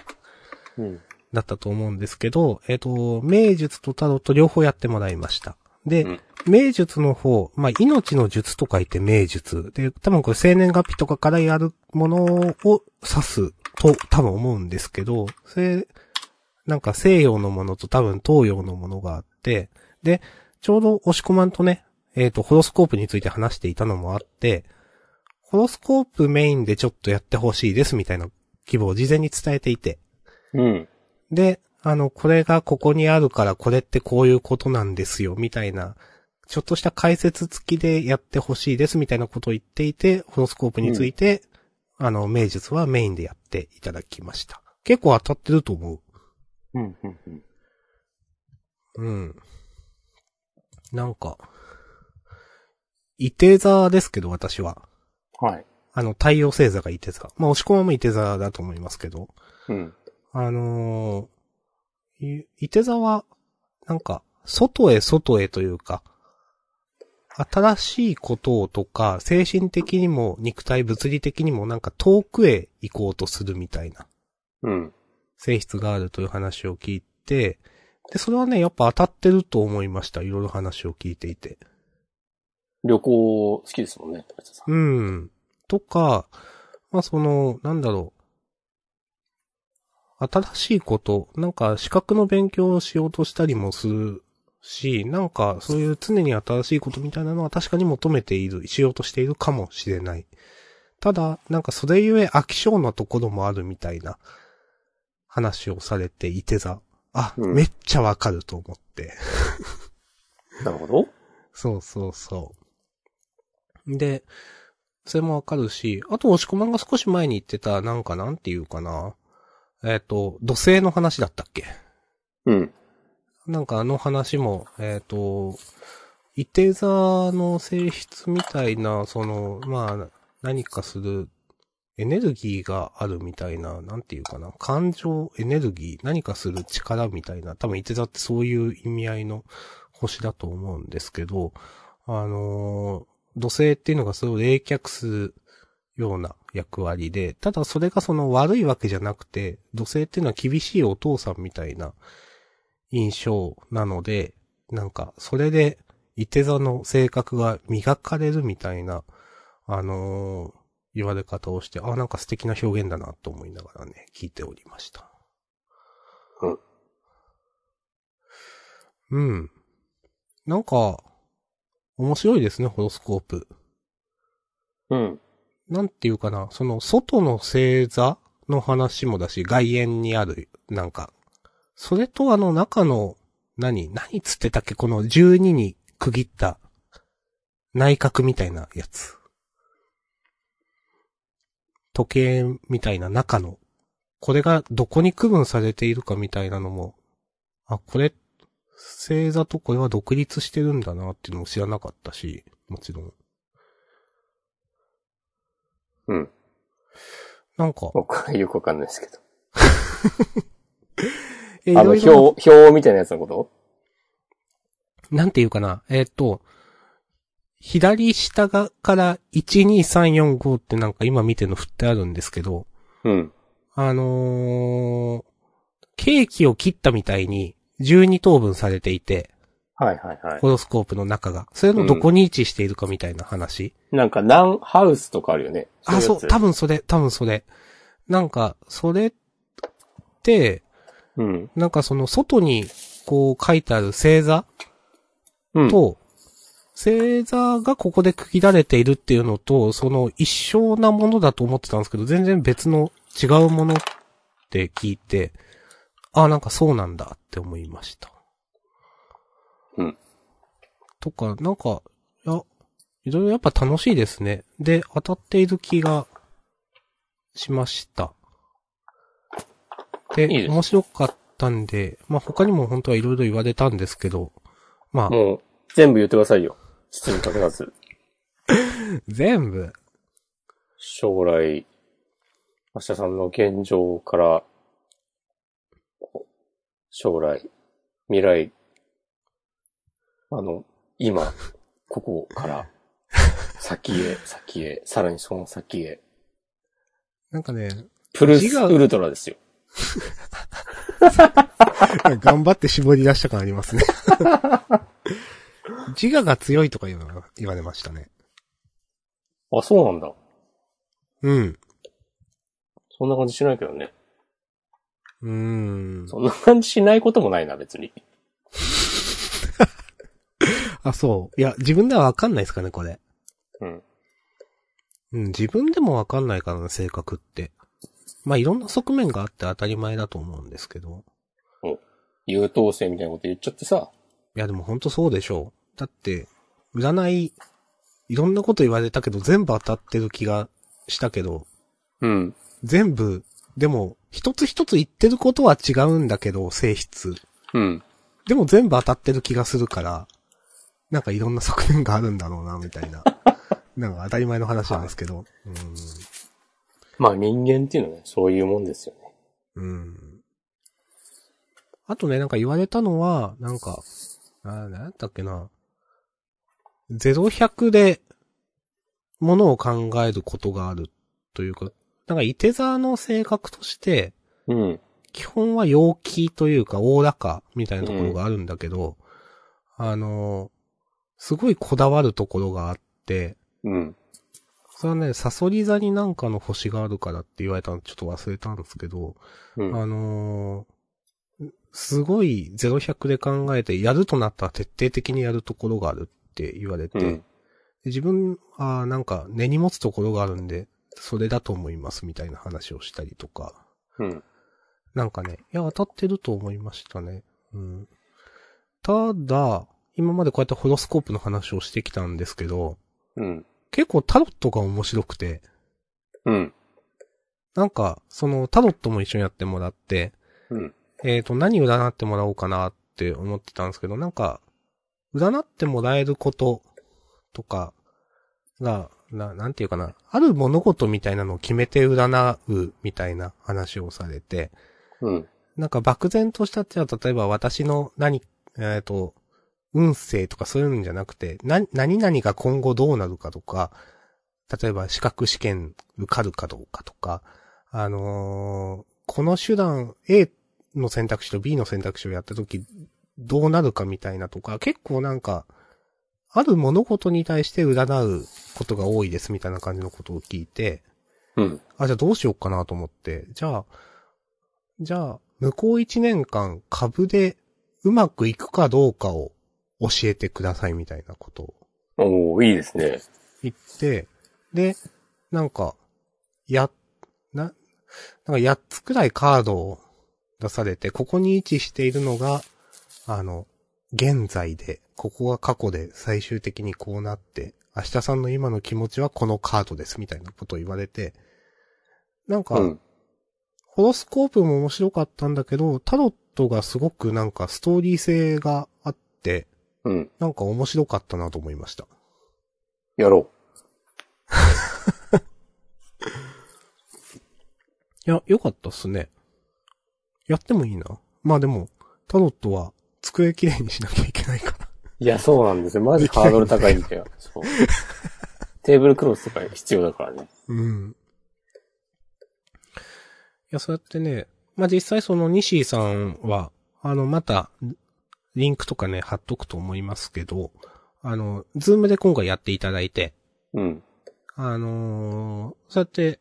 Speaker 2: うん。
Speaker 1: だったと思うんですけど、えっ、と、名術とタロット両方やってもらいました。で、
Speaker 2: うん
Speaker 1: 名術の方、まあ、命の術と書いて名術。で、多分これ生年月日とかからやるものを指すと多分思うんですけど、それ、なんか西洋のものと多分東洋のものがあって、で、ちょうど押し込まんとね、えっ、と、ホロスコープについて話していたのもあって、ホロスコープメインでちょっとやってほしいですみたいな希望を事前に伝えていて、
Speaker 2: うん。
Speaker 1: で、あの、これがここにあるからこれってこういうことなんですよ、みたいな、ちょっとした解説付きでやってほしいです、みたいなことを言っていて、ホロスコープについて、あの、名術はメインでやっていただきました。結構当たってると思う。
Speaker 2: うん。うん。うん。
Speaker 1: うん。なんか、伊手座ですけど、私は。
Speaker 2: はい。
Speaker 1: あの、太陽星座が伊手座。まあ、押し込まも伊手座だと思いますけど。
Speaker 2: うん。
Speaker 1: あのー、い、いて座は、なんか、外へ外へというか、新しいことをとか、精神的にも肉体物理的にもなんか遠くへ行こうとするみたいな
Speaker 2: うん。
Speaker 1: 性質があるという話を聞いて、で、それはね、やっぱ当たってると思いました。いろいろ話を聞いていて。
Speaker 2: 旅行好きですもんね、高橋さん。
Speaker 1: うん。とか、まあ、その、なんだろう。新しいこと、なんか資格の勉強をしようとしたりもするし、なんかそういう常に新しいことみたいなのは確かに求めている、しようとしているかもしれない。ただ、なんかそれゆえ飽き性なところもあるみたいな話をされていてさ、あ、
Speaker 2: うん
Speaker 1: めっちゃわかると思って。
Speaker 2: なるほど。
Speaker 1: そうそうそう。で、それもわかるし、あと、押し込まんが少し前に言ってた、なんかなんていうかな。えっ、と、土星の話だったっけ
Speaker 2: うん。
Speaker 1: なんかあの話も、えっ、と、伊手座の性質みたいな、その、まあ、何かするエネルギーがあるみたいな、なんていうかな、感情、エネルギー、何かする力みたいな、多分伊手座ってそういう意味合いの星だと思うんですけど、あのー土星っていうのがそれを冷却するような役割で、ただそれがその悪いわけじゃなくて、土星っていうのは厳しいお父さんみたいな印象なので、なんか、それで、伊手座の性格が磨かれるみたいな、あのー言われ方をして、あ、なんか素敵な表現だなと思いながらね、聞いておりました。
Speaker 2: うん。
Speaker 1: うん。なんか、面白いですね、ホロスコープ。
Speaker 2: うん。
Speaker 1: なんていうかな、その、外の星座の話もだし、外縁にある、なんか、それとあの中の、何、何つってたっけ、この12に区切った、内角みたいなやつ。時計みたいな中の、これがどこに区分されているかみたいなのも、あ、これ、星座とこれは独立してるんだなっていうのも知らなかったし、もちろん。
Speaker 2: うん。
Speaker 1: なんか、
Speaker 2: 僕はよくわかんないですけど。
Speaker 1: え
Speaker 2: あの、
Speaker 1: いろいろな
Speaker 2: 表、表みたいなやつのこと
Speaker 1: なんていうかな、えっ、と、左下がから12345ってなんか今見てるの振ってあるんですけど、
Speaker 2: うん。
Speaker 1: あのーケーキを切ったみたいに12等分されていて、
Speaker 2: はいはいはい
Speaker 1: ホ。ロスコープの中が。それのどこに位置しているかみたいな話。
Speaker 2: なんか、ナンハウスとかあるよね。
Speaker 1: あ、そう、
Speaker 2: た
Speaker 1: 多分それ、多分それ。なんか、それって、
Speaker 2: うん。
Speaker 1: なんかその外にこう書いてある星座
Speaker 2: うん。
Speaker 1: と、星座がここで区切られているっていうのと、その一緒なものだと思ってたんですけど、全然別の違うものって聞いて、あ、なんかそうなんだって思いました。
Speaker 2: うん。
Speaker 1: とか、なんか、いや、いろいろやっぱ楽しいですね。で、当たっている気がしました。で、
Speaker 2: いいですね
Speaker 1: 面白かったんで、まあ他にも本当はいろいろ言われたんですけど、まあ、
Speaker 2: もう、全部言ってくださいよ。包み隠さず。
Speaker 1: 全部。
Speaker 2: 将来、明日さんの現状から、将来、未来、あの、今、ここ から、先へ、先へ、さらにその先へ、
Speaker 1: なんかね、
Speaker 2: プル
Speaker 1: 字
Speaker 2: ス
Speaker 1: が
Speaker 2: ウルトラですよ。
Speaker 1: 頑張って絞り出した感ありますね。 自我が強いとか言うのが言われましたね。
Speaker 2: あ、そうなんだ。
Speaker 1: うん。
Speaker 2: そんな感じしないけどね。
Speaker 1: うーん。
Speaker 2: そんな感じしないこともないな、別に。
Speaker 1: あ、そう。いや、自分ではわかんないですかね、これ。
Speaker 2: うん。
Speaker 1: うん、自分でもわかんないからな、性格って。まあ、いろんな側面があって当たり前だと思うんですけど。
Speaker 2: 優等生みたいなこと言っちゃってさ。
Speaker 1: いや、でもほんとそうでしょう。だって、占い、いろんなこと言われたけど、全部当たってる気がしたけど、
Speaker 2: うん。
Speaker 1: 全部、でも、一つ一つ言ってることは違うんだけど、性質。
Speaker 2: うん。
Speaker 1: でも全部当たってる気がするから、なんかいろんな側面があるんだろうな、みたいな。なんか当たり前の話なんですけど。
Speaker 2: まあ人間っていうのはね、そういうもんですよね。
Speaker 1: うん。うん。あとね、なんか言われたのは、なんか、あーなんだっけな。0100で、ものを考えることがあるというか、なんか、いて座の性格として、
Speaker 2: うん。
Speaker 1: 基本は陽気というか、大らかみたいなところがあるんだけど、あの、すごいこだわるところがあって、
Speaker 2: うん。
Speaker 1: それはね、サソリ座になんかの星があるからって言われたのちょっと忘れたんですけど、
Speaker 2: うん。
Speaker 1: あのーすごい0100で考えて、やるとなったら徹底的にやるところがあるって言われて、
Speaker 2: うん。
Speaker 1: で自分はなんか根に持つところがあるんで、それだと思いますみたいな話をしたりとか、
Speaker 2: うん。
Speaker 1: なんかね、いや、当たってると思いましたね。うん。ただ、今までこうやってホロスコープの話をしてきたんですけど、
Speaker 2: うん。
Speaker 1: 結構タロットが面白くて、
Speaker 2: うん。
Speaker 1: なんか、そのタロットも一緒にやってもらって、
Speaker 2: うん。
Speaker 1: えっ、と、何占ってもらおうかなって思ってたんですけど、なんか、占ってもらえることとかが、な、なんていうかな、ある物事みたいなのを決めて占うみたいな話をされて、
Speaker 2: うん。
Speaker 1: なんか漠然としたっていうのは、例えば私の何、えっ、と、運勢とかそういうんじゃなくて、な、何々が今後どうなるかとか、例えば資格試験受かるかどうかとか、あのーこの手段 A の選択肢と B の選択肢をやったとき、どうなるかみたいなとか、結構なんか、ある物事に対して占うことが多いですみたいな感じのことを聞いて、
Speaker 2: うん。
Speaker 1: あ、じゃあどうしようかなと思って、じゃあ、じゃあ、向こう一年間株でうまくいくかどうかを教えてくださいみたいなことを
Speaker 2: おー、いいですね。
Speaker 1: 言って、で、なんか、や、な、なんか8つくらいカードを出されて、ここに位置しているのが、あの、現在で、ここが過去で最終的にこうなって、明日さんの今の気持ちはこのカードですみたいなことを言われて、なんか、
Speaker 2: うん。
Speaker 1: ホロスコープも面白かったんだけど、タロットがすごくなんかストーリー性があって、
Speaker 2: うん。
Speaker 1: なんか面白かったなと思いました。
Speaker 2: やろ
Speaker 1: いや、良かったっすね。やってもいいな。まあでも、タロットは机きれいにしなきゃいけないから。
Speaker 2: う。いや、そうなんですよ。マジハードル高いん だよ。そう。テーブルクロスとか必要だからね。
Speaker 1: うん。いや、そうやってね、まあ実際その西井さんは、あの、また、リンクとかね、貼っとくと思いますけど、あの、ズームで今回やっていただいて、
Speaker 2: うん。
Speaker 1: あのーそうやって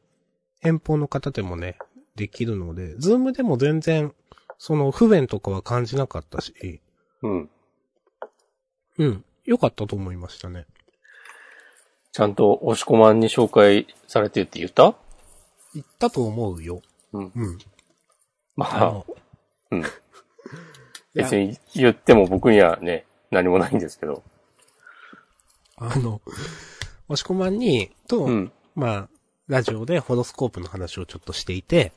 Speaker 1: 遠方の方でもね、できるので、ズームでも全然、その不便とかは感じなかったし、
Speaker 2: うん。
Speaker 1: うん。良かったと思いましたね。
Speaker 2: ちゃんと押し込まんに紹介されてって言った
Speaker 1: 行ったと思うよ。
Speaker 2: うん
Speaker 1: うん。
Speaker 2: ま
Speaker 1: あ
Speaker 2: あ
Speaker 1: の、
Speaker 2: うん。
Speaker 1: いや
Speaker 2: 別に言っても僕にはね、何もないんですけど。
Speaker 1: あの、押し込まんに、と、
Speaker 2: うん。
Speaker 1: まあ、ラジオでホロスコープの話をちょっとしていて、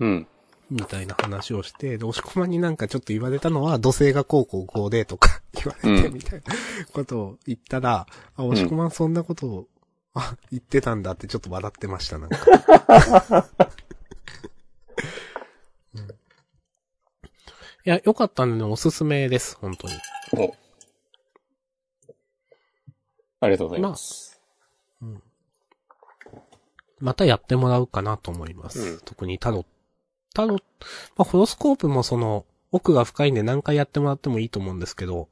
Speaker 2: うん。
Speaker 1: みたいな話をして、で、押し込まんになんかちょっと言われたのは、土星がこうこうこうでとか 言われて
Speaker 2: うん
Speaker 1: みたいなことを言ったら、あ、
Speaker 2: ん
Speaker 1: 押し込まんそんなことを、あ、言ってたんだってちょっと笑ってました、なんか。うんいや、良かったんでね、おすすめです、本当に。
Speaker 2: おありがとうございます。
Speaker 1: うんまたやってもらうかなと思います。
Speaker 2: うん
Speaker 1: 特にタロット。タロット、まあ、ホロスコープもその、奥が深いんで何回やってもらってもいいと思うんですけど、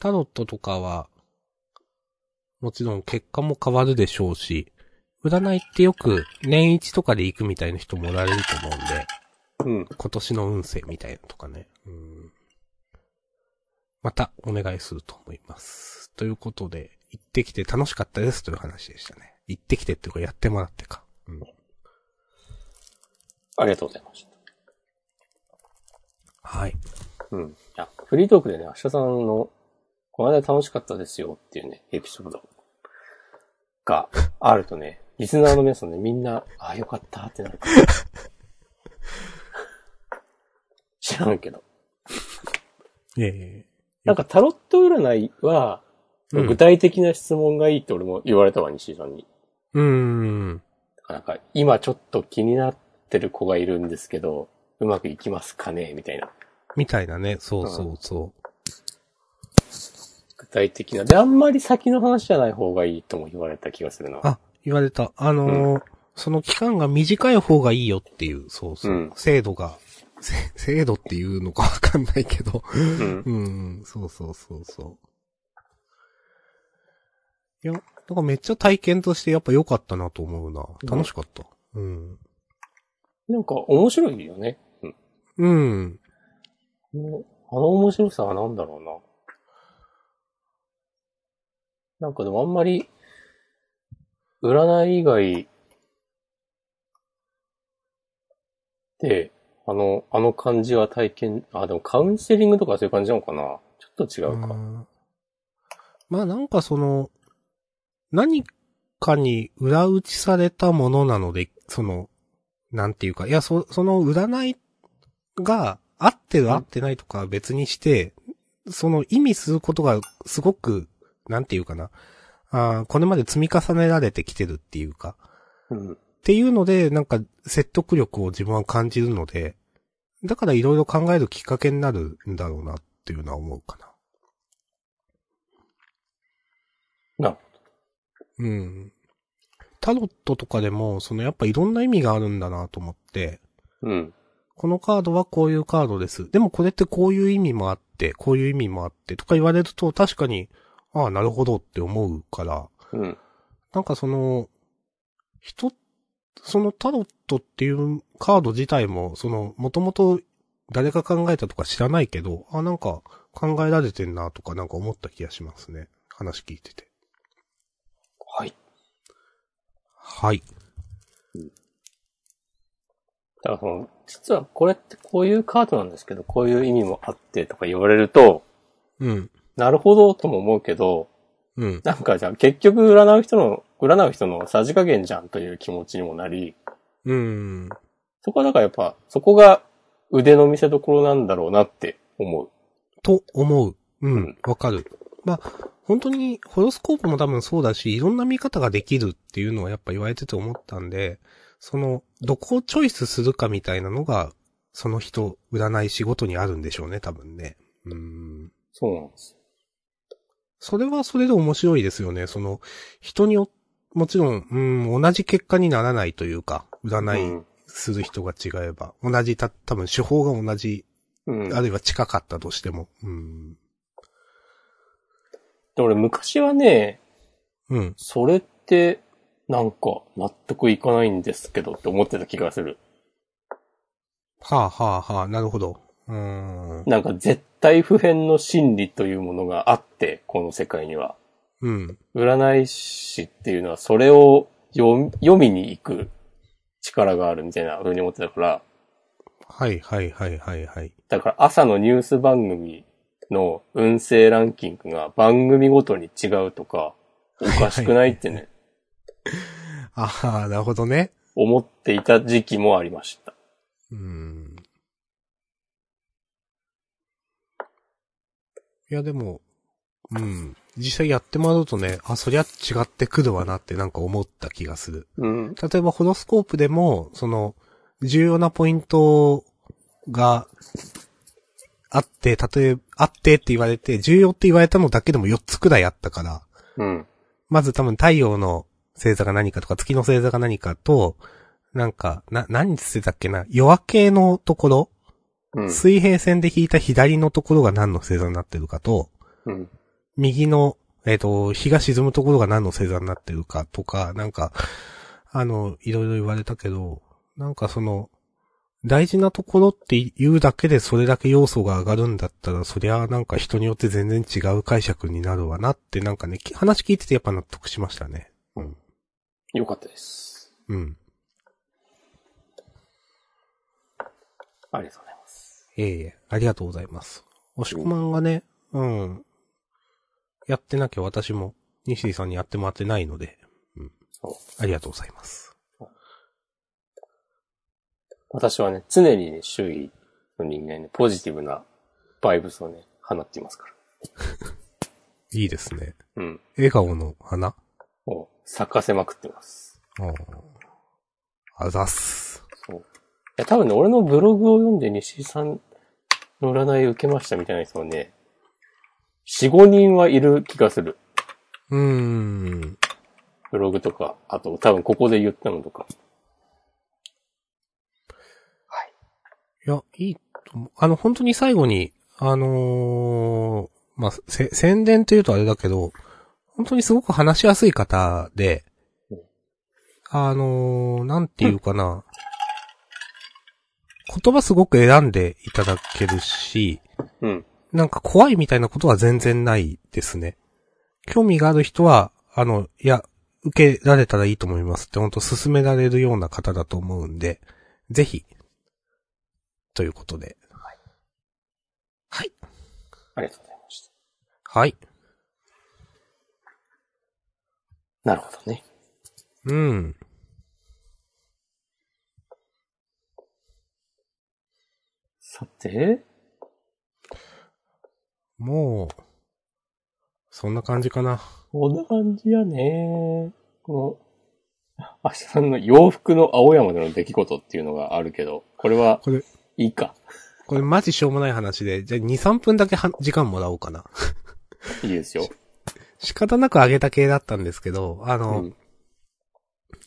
Speaker 1: タロットとかは、もちろん結果も変わるでしょうし、占いってよく年一とかで行くみたいな人もおられると思うんで、
Speaker 2: うん。
Speaker 1: 今年の運勢みたいなのとかね。うんまたお願いすると思います。ということで、行ってきて楽しかったですという話でしたね。行ってきてっていうかやってもらってか。うん
Speaker 2: ありがとうございまし
Speaker 1: はい。
Speaker 2: た。うん。いや、フリートークでね、明日さんの、この間楽しかったですよっていうね、エピソードがあるとね、 リスナーの皆さんね、みんな、あ、よかったってなる から。知らんけど。
Speaker 1: え
Speaker 2: なんかタロット占いは、
Speaker 1: えうん
Speaker 2: 具体的な質問がいいって俺も言われたわ、西井さんに。
Speaker 1: うーん。
Speaker 2: なんか、今ちょっと気になってる子がいるんですけど、うまくいきますかねみたいな。
Speaker 1: みたいなね。そうそうそう。
Speaker 2: 具体的な。で、あんまり先の話じゃない方がいいとも言われた気がするな。
Speaker 1: あ、言われた。あのーその期間が短い方がいいよっていう、そうそう。
Speaker 2: うん
Speaker 1: 制度が、せ制度っていうのかわかんないけど、
Speaker 2: うん。
Speaker 1: うん、そうそうそうそう。いや、なんかめっちゃ体験としてやっぱ良かったなと思うな。楽しかった。うん。
Speaker 2: なんか、面白いよね。うん。
Speaker 1: うん。
Speaker 2: あの面白さは何だろうな。なんかでもあんまり、占い以外で、あの、あの感じは体験、あ、でもカウンセリングとかそういう感じなのかなちょっと違うか。
Speaker 1: まあなんかその、何かに裏打ちされたものなので、その、なんていうか、いや、そ、その占いが合ってる合ってないとかは別にして、その意味することがすごく、なんていうかな。あーこれまで積み重ねられてきてるっていうか。
Speaker 2: うん。
Speaker 1: っていうので、なんか説得力を自分は感じるので、だからいろいろ考えるきっかけになるんだろうなっていうのは思うかな。
Speaker 2: なる
Speaker 1: うん。タロットとかでも、そのやっぱいろんな意味があるんだなと思って、
Speaker 2: うん。
Speaker 1: このカードはこういうカードです。でもこれってこういう意味もあって、こういう意味もあってとか言われると確かに、ああ、なるほどって思うから、
Speaker 2: うん。
Speaker 1: なんかその、人、そのタロットっていうカード自体も、その、もともと誰が考えたとか知らないけど、あ、なんか考えられてんなとかなんか思った気がしますね。話聞いてて。
Speaker 2: はい。
Speaker 1: はい。
Speaker 2: だからその、実はこれってこういうカードなんですけど、こういう意味もあってとか言われると、
Speaker 1: うん。
Speaker 2: なるほどとも思うけど、
Speaker 1: うん。
Speaker 2: なんかじゃあ結局占う人の、占う人のさじ加減じゃんという気持ちにもなり、
Speaker 1: うん。
Speaker 2: そこはだからやっぱ、そこが腕の見せ所なんだろうなって思う。
Speaker 1: と思う。う
Speaker 2: うんん。
Speaker 1: わかる。まあ、本当にホロスコープも多分そうだし、いろんな見方ができるっていうのはやっぱ言われてて思ったんで、その、どこをチョイスするかみたいなのが、その人、占い仕事にあるんでしょうね、多分ね。うん。
Speaker 2: そうなんです。
Speaker 1: それはそれで面白いですよね。その、人によ、もちろん、うん、同じ結果にならないというか、
Speaker 2: う
Speaker 1: 占い
Speaker 2: ん
Speaker 1: する人が違えば、同じ、た、多分手法が同じ、
Speaker 2: うん。
Speaker 1: あるいは近かったとしても。うん。
Speaker 2: で俺昔はね、
Speaker 1: うん。
Speaker 2: それって、なんか納得いかないんですけどって思ってた気がする。
Speaker 1: はあはあはあ、なるほど。うーん。
Speaker 2: なんか絶対不変の真理というものがあって、この世界には。
Speaker 1: うん。
Speaker 2: 占い師っていうのはそれを読み読みに行く力があるみたいな風に思ってたから、
Speaker 1: はいはいはいはいはい。
Speaker 2: だから朝のニュース番組の運勢ランキングが番組ごとに違うとか、おかしくないってね、
Speaker 1: ああ、なるほどね。
Speaker 2: 思っていた時期もありました。
Speaker 1: うーん。いやでも、うん。実際やってもらうとね、あ、そりゃ違ってくるわなってなんか思った気がする。
Speaker 2: うん。
Speaker 1: 例えばホロスコープでも、その、重要なポイントがあって、例えば、あってって言われて、重要って言われたのだけでも4つくらいあったから、
Speaker 2: うん。
Speaker 1: まず多分太陽の星座が何かとか月の星座が何かと、なんか、な、何つってたっけな、夜明けのところ、
Speaker 2: うん。
Speaker 1: 水平線で引いた左のところが何の星座になってるかと、
Speaker 2: うん。
Speaker 1: 右の、えっ、と、日が沈むところが何の星座になってるかとか、なんか、あの、いろいろ言われたけど、なんかその、大事なところっていうだけでそれだけ要素が上がるんだったら、そりゃなんか人によって全然違う解釈になるわなって、なんかね、き話聞いててやっぱ納得しましたね。うん。
Speaker 2: よかったです。
Speaker 1: うん。
Speaker 2: ありがとうございます。
Speaker 1: ええ、ありがとうございます。おしこまんがね、うん。やってなきゃ私も、西井さんにやってもらってないので、うん
Speaker 2: そう。
Speaker 1: ありがとうございます。
Speaker 2: 私はね、常にね、周囲の人間にポジティブなバイブスをね、放っていますか
Speaker 1: いいですね。
Speaker 2: ら。うん。
Speaker 1: 笑顔の花
Speaker 2: もう、咲かせまくってます。
Speaker 1: ああ。あざっす。
Speaker 2: そう。いや、多分ね、俺のブログを読んで西井さんの占い受けましたみたいな人はね、4、5人はいる気がする。
Speaker 1: うーん。
Speaker 2: ブログとか、あと多分ここで言ったのとか。
Speaker 1: いや、いいと思う。あの、本当に最後に、あのーまあ、せ、宣伝というとあれだけど、本当にすごく話しやすい方で
Speaker 2: うん、
Speaker 1: あのーなんていうかな。言葉すごく選んでいただけるし、
Speaker 2: うん。
Speaker 1: なんか怖いみたいなことは全然ないですね。興味がある人は、あの、いや、受けられたらいいと思いますって、ほんと勧められるような方だと思うんで、ぜひ、ということで。はい。
Speaker 2: ありがとうございました。
Speaker 1: はい。
Speaker 2: なるほどね。
Speaker 1: うん。
Speaker 2: さて、
Speaker 1: もう、そんな感じかな。
Speaker 2: こんな感じやね。この、明日さんの洋服の青山での出来事っていうのがあるけど、これは
Speaker 1: これ、
Speaker 2: いいか。
Speaker 1: これマジしょうもない話で、じゃあ2、3分だけは時間もらおうかな。
Speaker 2: いいですよ。
Speaker 1: 仕方なく上げた系だったんですけど、あ
Speaker 2: う
Speaker 1: の、
Speaker 2: ん。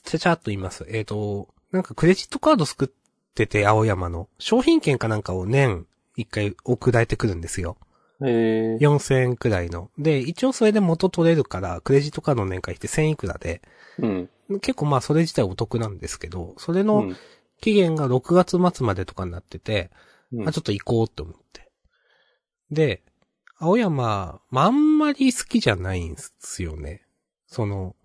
Speaker 1: ちゃちゃっと言います。えっ、と、なんかクレジットカード作ってて、青山の。商品券かなんかを年一回送られてくるんですよ。
Speaker 2: えー、
Speaker 1: 4000円くらいの。で、一応それで元取れるから、クレジットカードの年会って1000いくらで、
Speaker 2: うん。
Speaker 1: 結構まあそれ自体お得なんですけど、それ
Speaker 2: う
Speaker 1: の
Speaker 2: ん。
Speaker 1: 期限が6月末までとかになってて、
Speaker 2: うん
Speaker 1: あ、ちょっと行こうって思って。で、青山、まああんまり好きじゃないんですよね。その、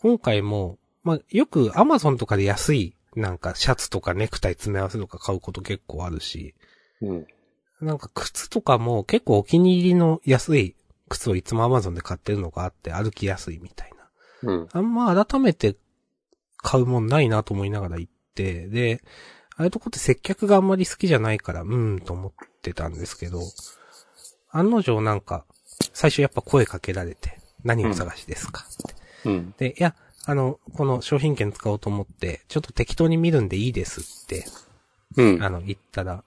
Speaker 1: 今回も、まあよくアマゾンとかで安い、なんかシャツとかネクタイ詰め合わせとか買うこと結構あるし、
Speaker 2: うん。
Speaker 1: なんか靴とかも結構お気に入りの安い靴をいつもアマゾンで買ってるのがあって歩きやすいみたいな。
Speaker 2: うん。
Speaker 1: あんま改めて買うもんないなと思いながら行って、で、ああいうとこって接客があんまり好きじゃないから、うーんと思ってたんですけど、案の定なんか、最初やっぱ声かけられて、何を探しですかって。
Speaker 2: うん。
Speaker 1: で、いや、あの、この商品券使おうと思って、ちょっと適当に見るんでいいですって、
Speaker 2: うん。
Speaker 1: あの、言ったら、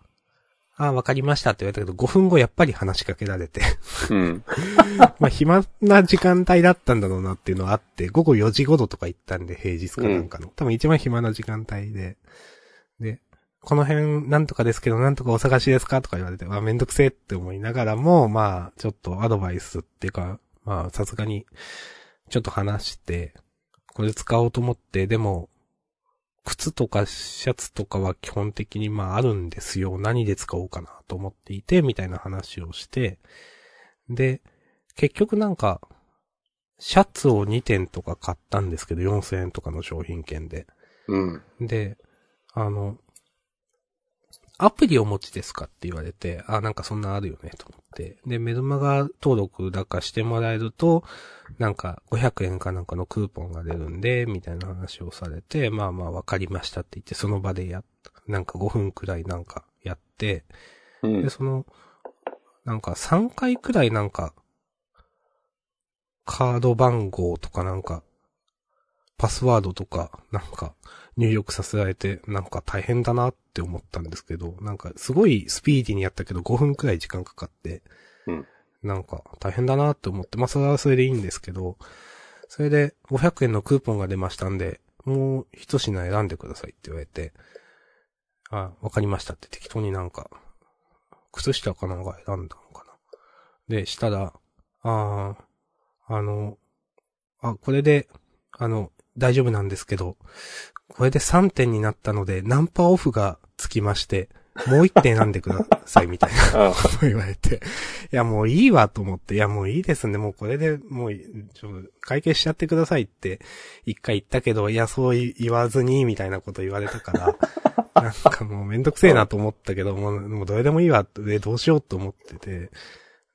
Speaker 1: ああ、わかりましたって言われたけど、5分後やっぱり話しかけられて、
Speaker 2: うん。
Speaker 1: まあ、暇な時間帯だったんだろうなっていうのはあって、午後4時頃とか行ったんで、平日かなんかの。多分一番暇な時間帯で。で、この辺なんとかですけど、なんとかお探しですかとか言われて、まあ、めんどくせえって思いながらも、まあ、ちょっとアドバイスっていうか、まあ、さすがに、ちょっと話して、これ使おうと思って、でも、靴とかシャツとかは基本的にまああるんですよ。何で使おうかなと思っていて、みたいな話をして、で、結局なんか、シャツを2点とか買ったんですけど、4000円とかの商品券で。
Speaker 2: うん。
Speaker 1: で、あの、アプリお持ちですかって言われて、あ、なんかそんなあるよね、と思って。で、メルマガ登録だかしてもらえると、なんか500円かなんかのクーポンが出るんで、みたいな話をされて、まあまあわかりましたって言って、その場でやっ、なんか5分くらいなんかやって、
Speaker 2: うん
Speaker 1: で、。その、なんか3回くらいなんか、カード番号とかなんか、パスワードとか、なんか、入力させられて、なんか大変だなって思ったんですけど、なんかすごいスピーディーにやったけど5分くらい時間かかって、
Speaker 2: うん
Speaker 1: なんか大変だなって思って、まあそれはそれでいいんですけど、それで500円のクーポンが出ましたんで、もう一品選んでくださいって言われて、あ、わかりましたって適当になんか、靴下かなんか選んだのかな。で、したら、あー、あの、あ、これで、あの、大丈夫なんですけど、これで3点になったので、ナンパオフがつきまして、もう1点選んでください、みたいな。
Speaker 2: あ
Speaker 1: と言われて、いや、もういいわと思って、いや、もういいですね、もうこれでもうい、ちょっと会計しちゃってくださいって、一回言ったけど、いや、そうい言わずに、みたいなこと言われた から、なんかもうめんどくせえなと思ったけど、もう、もうどれでもいいわって、でどうしようと思ってて、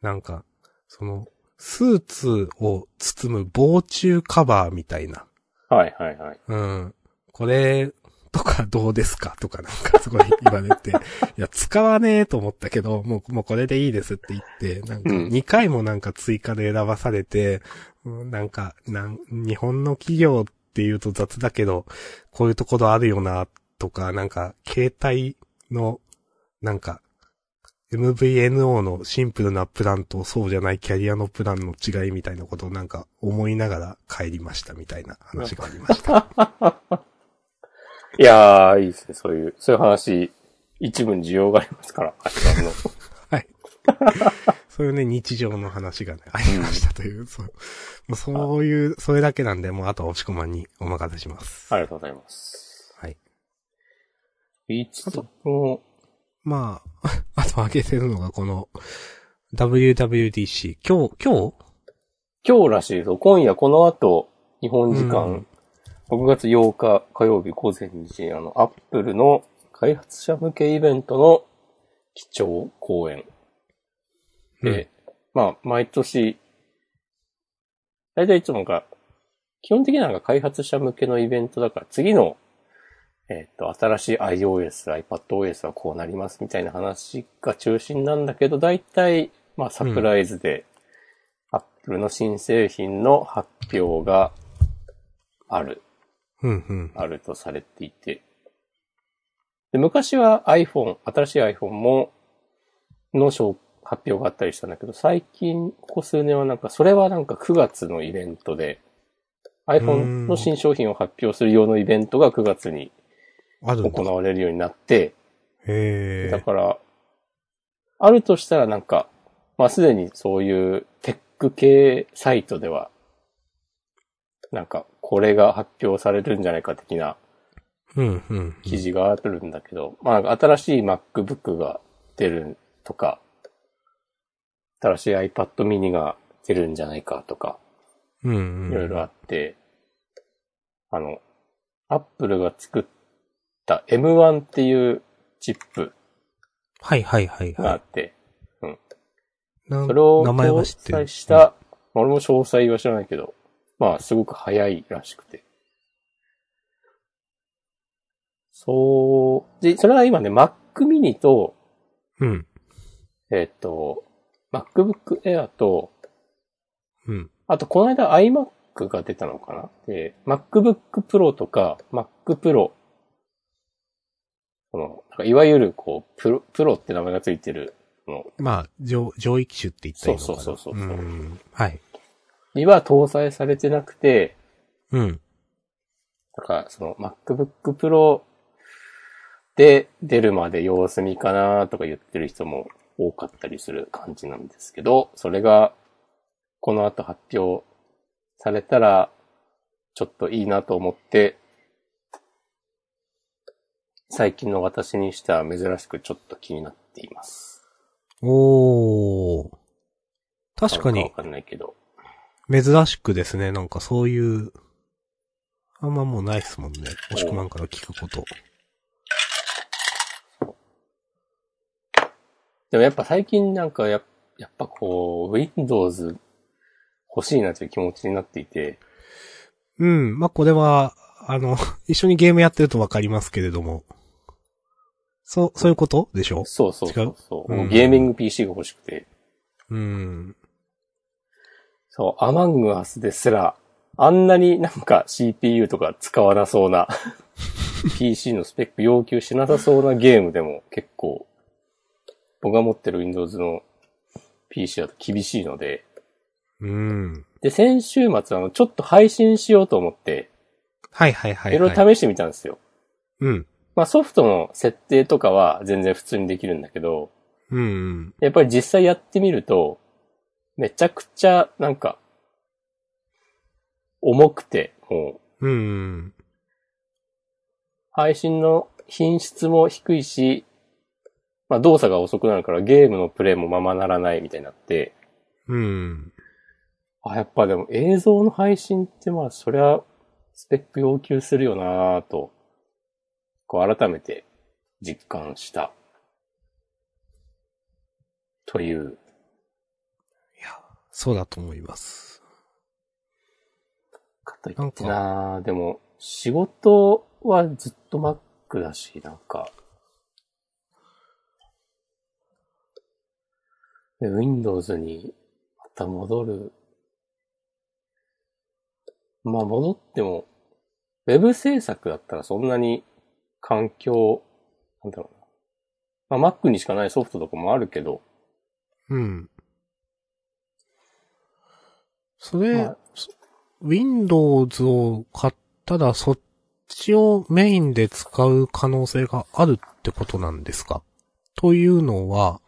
Speaker 1: なんか、その、スーツを包む防虫カバーみたいな、
Speaker 2: あはいはいはい。
Speaker 1: うん。これとかどうですかとかなんかすごい言われ て、いや、使わねえと思ったけど、もう、もうこれでいいですって言って、なんか
Speaker 2: うん
Speaker 1: 2回もなんか追加で選ばされて、うんなんか、なん、日本の企業って言うと雑だけど、こういうところあるよな、とか、なんか、携帯の、なんか、MVNO のシンプルなプランとそうじゃないキャリアのプランの違いみたいなことをなんか思いながら帰りましたみたいな話がありました。
Speaker 2: いやー、いいですね。そういう、そういう話、一部に需要がありますから、明日の。
Speaker 1: はい。そういうね、日常の話がね、ありましたという、そう。もうそういう、それだけなんで、もうあとは押し込まんにお任せします。
Speaker 2: あ
Speaker 1: い。
Speaker 2: りがとうございます。
Speaker 1: はい。
Speaker 2: ビーチとも、
Speaker 1: まあ、 あと開けてるのがこの、WWDC。今日、今日
Speaker 2: 今日らしいぞ。今夜この後、日本時間、
Speaker 1: うん
Speaker 2: 6月8日火曜日午前2時、あの、アップルの開発者向けイベントの基調講演で、まあ、毎年、大体いつもが、基本的にはなんか開発者向けのイベントだから、次の、えっ、と、新しい iOS、iPadOS はこうなりますみたいな話が中心なんだけど、大体、まあ、サプライズで、Apple の新製品の発表がある。
Speaker 1: うん、うん。
Speaker 2: あるとされていて。で昔は iPhone、新しい iPhone も、の紹発表があったりしたんだけど、最近、ここ数年はなんか、それはなんか9月のイベントで、iPhone の新商品を発表する用のイベントが9月に
Speaker 1: あるん
Speaker 2: 行
Speaker 1: だ。
Speaker 2: われるようになって、
Speaker 1: へ
Speaker 2: だ
Speaker 1: え。
Speaker 2: から、あるとしたらなんか、まあすでにそういうテック系サイトでは、なんか、これが発表されるんじゃないか的な
Speaker 1: うん、うん。
Speaker 2: 記事があるんだけど、まあなんか新しい MacBook が出るとか、新しい iPad mini が出るんじゃないかとか、
Speaker 1: うん、うん。
Speaker 2: いろいろあって、あの、Apple が作った M1 っていうチップ
Speaker 1: はい、はい、はい、
Speaker 2: があ
Speaker 1: は
Speaker 2: って、
Speaker 1: い。な
Speaker 2: それを
Speaker 1: 名前は知ってる
Speaker 2: 搭載。した、俺も詳細は知らないけど、まあ、すごく早いらしくて。そう、で、それは今ね、Mac mini と、
Speaker 1: うん、
Speaker 2: えっ、と、MacBook Air と、
Speaker 1: うん。
Speaker 2: あと、この間 iMac が出たのかなで、MacBook Pro とか Mac Pro。この、なんかいわゆる、こう、プロ、プロって名前がついてる、この、
Speaker 1: まあ、上、上位機種って言ったらいいのかな。
Speaker 2: そうそうそうそう
Speaker 1: うん。はい。
Speaker 2: には搭載されてなくて、
Speaker 1: うん。
Speaker 2: だから、その MacBook Pro で出るまで様子見かなとか言ってる人も多かったりする感じなんですけど、それがこの後発表されたらちょっといいなと思って、最近の私にしては珍しくちょっと気になっています。
Speaker 1: おー。確か
Speaker 2: なん
Speaker 1: に
Speaker 2: わ、かんないけど。
Speaker 1: 珍しくですね。なんかそういう、あんまもうないっすもんね。もしくまんから聞くこと。
Speaker 2: でもやっぱ最近なんかや、やっぱこう、Windows 欲しいなという気持ちになっていて、
Speaker 1: うん。まあ、これは、あの、 一緒にゲームやってるとわかりますけれども。そう、そういうことでしょ
Speaker 2: そうそうそうそう
Speaker 1: 違う
Speaker 2: もううんゲーミング PC が欲しくて、
Speaker 1: うん。
Speaker 2: そう、アマングアスですら、あんなになんか CPU とか使わなそ うな、PC のスペック要求しなさそうなゲームでも結構、僕が持ってる Windows の PC だと厳しいので、
Speaker 1: うん。
Speaker 2: で、先週末、あの、ちょっと配信しようと思って、
Speaker 1: はいはいはいい、
Speaker 2: ろ
Speaker 1: はい
Speaker 2: い。ろ試してみたんですよ。
Speaker 1: うん。
Speaker 2: まあソフトの設定とかは全然普通にできるんだけど、
Speaker 1: うんうん。
Speaker 2: やっぱり実際やってみると、めちゃくちゃなんか、重くて、もう、
Speaker 1: うん。
Speaker 2: 配信の品質も低いし、まあ動作が遅くなるからゲームのプレイもままならないみたいになって、
Speaker 1: うん。
Speaker 2: あ、やっぱでも映像の配信ってまあそりゃスペック要求するよなぁと、こう改めて実感した。という、
Speaker 1: そうだと思います。
Speaker 2: かといってなぁでも仕事はずっと Mac だし、なんか、で Windows にまた戻る。まあ戻っても、Web 制作だったらそんなに環境、なんだろうな。まあ Mac にしかないソフトとかもあるけど、
Speaker 1: うん。それ、
Speaker 2: まあ
Speaker 1: そ Windows を買ったらそっちをメインで使う可能性があるってことなんですかというのは、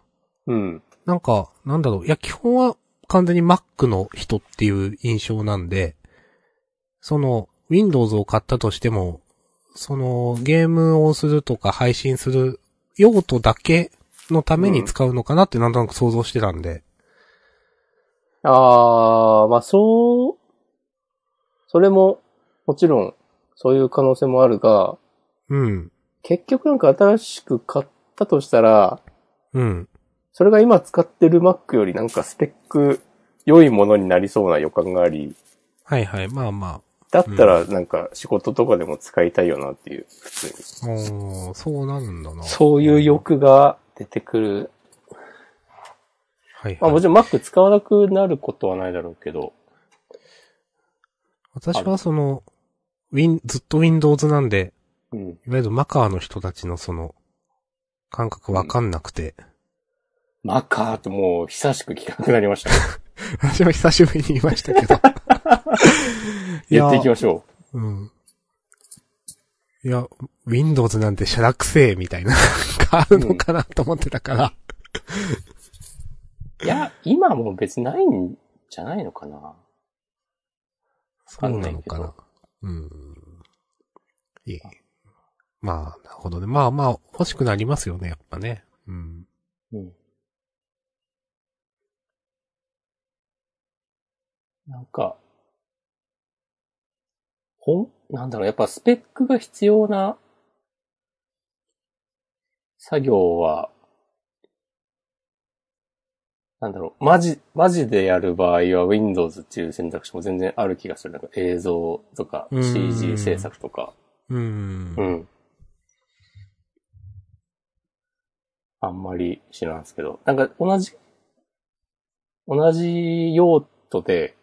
Speaker 2: うん。
Speaker 1: なんか、なんだろう、いや、基本は完全に Mac の人っていう印象なんで、その、Windows を買ったとしても、その、ゲームをするとか配信する用途だけのために使うのかなってなんとなく想像してたんで、
Speaker 2: ああ、まあそう、それも、もちろん、そういう可能性もあるが、
Speaker 1: うん、
Speaker 2: 結局なんか新しく買ったとしたら、
Speaker 1: うん、
Speaker 2: それが今使ってる Mac よりなんかスペック良いものになりそうな予感があり、
Speaker 1: はいはい、まあま
Speaker 2: だったらなんか仕事とかでも使いたいよなっていう、普通に。
Speaker 1: あ、おーそうなるんだな。
Speaker 2: そういう欲が出てくる。
Speaker 1: はい、
Speaker 2: ま
Speaker 1: は
Speaker 2: あも
Speaker 1: い。
Speaker 2: ちろん Mac 使わなくなることはないだろうけど、
Speaker 1: 私はその、Win、ずっと Windows なんで、
Speaker 2: うん。
Speaker 1: いわゆるマカーの人たちのその、感覚わかんなくて、
Speaker 2: マカーともう久しく聞かなくなりました。
Speaker 1: 私も久しぶりに言いましたけ ど。い
Speaker 2: 言
Speaker 1: や
Speaker 2: っていきましょ
Speaker 1: うん。いや、Windows なんてしゃらくせえみたいな、 なんかあるのかなと思ってたから。
Speaker 2: う。いや、今はもう別にないんじゃないのかな。
Speaker 1: そ
Speaker 2: ん
Speaker 1: うなのかな。うん。いえ。まあ、なるほどね。まあまあ、欲しくなりますよね、やっぱね。うん。
Speaker 2: うん。なんか、ほん、なんだろう、やっぱスペックが必要な作業は、なんだろう、マジ、マジでやる場合は Windows っていう選択肢も全然ある気がする。なんか映像とか
Speaker 1: うん
Speaker 2: CG 制作とか。
Speaker 1: うん。
Speaker 2: うん。あんまり知らんすけど。なんか同じ、同じ用途で、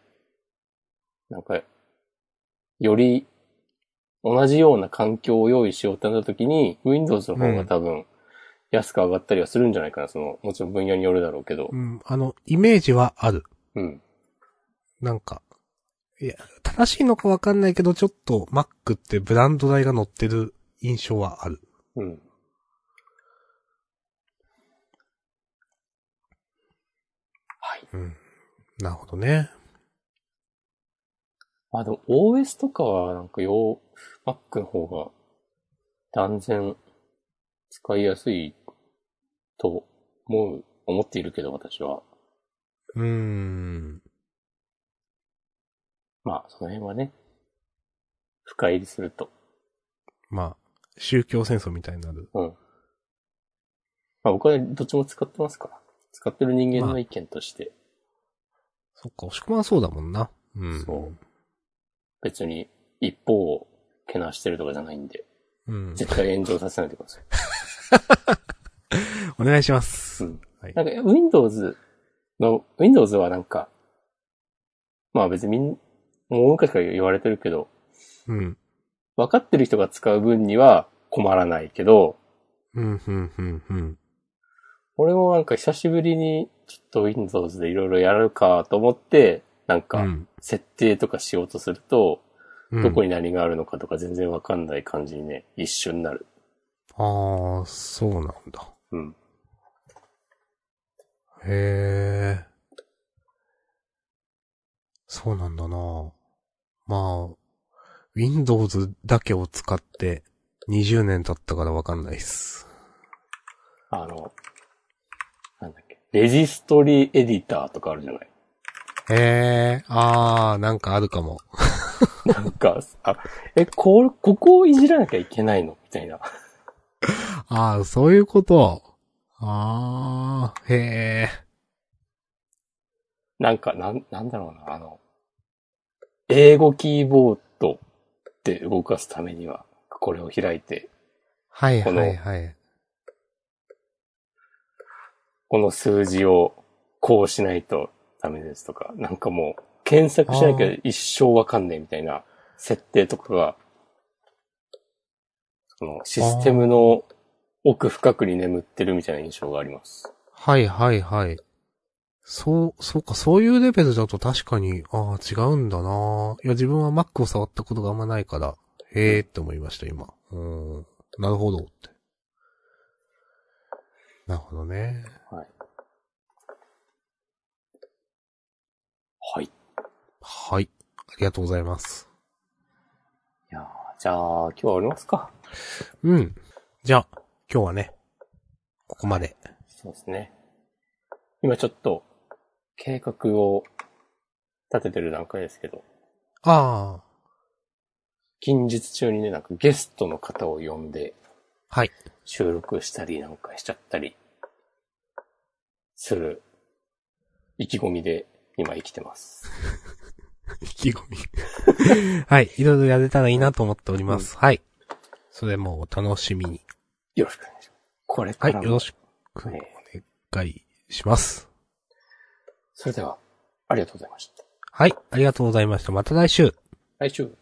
Speaker 2: なんか、より同じような環境を用意しようってなった時に、Windows の方が多分安く上がったりはするんじゃないかな。その、もちろん分野によるだろうけど
Speaker 1: う。ん。あの、イメージはある。
Speaker 2: うん。
Speaker 1: なんか、いや、正しいのかわかんないけど、ちょっと Mac ってブランド代が乗ってる印象はある。
Speaker 2: うん。はい。
Speaker 1: うん。なるほどね。
Speaker 2: まあでも OS とかはなんかよう、Mac の方が断然使いやすいと思う、思っているけど私は。
Speaker 1: うーん。
Speaker 2: まあ、その辺はね、深入りすると。
Speaker 1: まあ、宗教戦争みたいになる。
Speaker 2: うん。まあ、僕はどっちも使ってますから。使ってる人間の意見として、
Speaker 1: そっか、押し込まんそうだもんな。うん。
Speaker 2: そう別に一方をけなしてるとかじゃないんで、
Speaker 1: う。うん。
Speaker 2: 絶対炎上させないでください。
Speaker 1: お願いします。
Speaker 2: うん
Speaker 1: はい。
Speaker 2: なんか、Windows の、Windows はなんか、まあ別にみん、もう昔から言われてるけど、
Speaker 1: うん。
Speaker 2: 分かってる人が使う分には困らないけど、
Speaker 1: うん、うん、うん、うん。
Speaker 2: 俺もなんか久しぶりにちょっと Windows でいろいろやるかと思って、なん
Speaker 1: う
Speaker 2: か
Speaker 1: ん
Speaker 2: 設定とかしようとすると、
Speaker 1: うん、
Speaker 2: どこに何があるのかとか全然わかんない感じにね、一瞬になる。
Speaker 1: ああ、そうなんだ。
Speaker 2: うん。
Speaker 1: へえ。そうなんだなまあ、Windows だけを使って20年経ったからわかんないっす。
Speaker 2: あの、なんだっけ、レジストリーエディターとかあるじゃない
Speaker 1: へえ、ああ、なんかあるかも。
Speaker 2: なんか、あ、え、こ、ここをいじらなきゃいけないのみたいな。
Speaker 1: ああ、そういうこと。ああ、へえ。
Speaker 2: なんか、なん、なんだろうな、あの、英語キーボードって動かすためには、これを開いて、
Speaker 1: はい
Speaker 2: この
Speaker 1: はいはい。
Speaker 2: この数字をこうしないとダメですとか、なんかもう、検索しなきゃ一生わかんねえみたいな設定とかが、そのシステムの奥深くに眠ってるみたいな印象があります。
Speaker 1: はいはいはい。そう、そうか、そういうレベルだと確かに、ああ、違うんだないや、自分は Mac を触ったことがあんまないから、へえって思いました、今。うーん。なるほどって。なるほどね。
Speaker 2: はい。い
Speaker 1: はい。ありがとうございます。
Speaker 2: やーじゃあ、今日は終わりますか。
Speaker 1: うん。じゃあ、今日はね、ここまで。
Speaker 2: そうですね。今ちょっと、計画を立ててる段階ですけど、
Speaker 1: ああ、
Speaker 2: 近日中にね、なんかゲストの方を呼んで
Speaker 1: はい。
Speaker 2: 収録したりなんかしちゃったり、する意気込みで今生きてます。
Speaker 1: 意気込み。 はい。いろいろやれたらいいなと思っております。はい。それもお楽しみに。
Speaker 2: よろしくお願いします。これ
Speaker 1: は
Speaker 2: か
Speaker 1: い、
Speaker 2: ら
Speaker 1: よ
Speaker 2: も。
Speaker 1: ろしくお願いします。
Speaker 2: それでは、ありがとうございました。
Speaker 1: はい、ありがとうございました。また来週。
Speaker 2: 来週。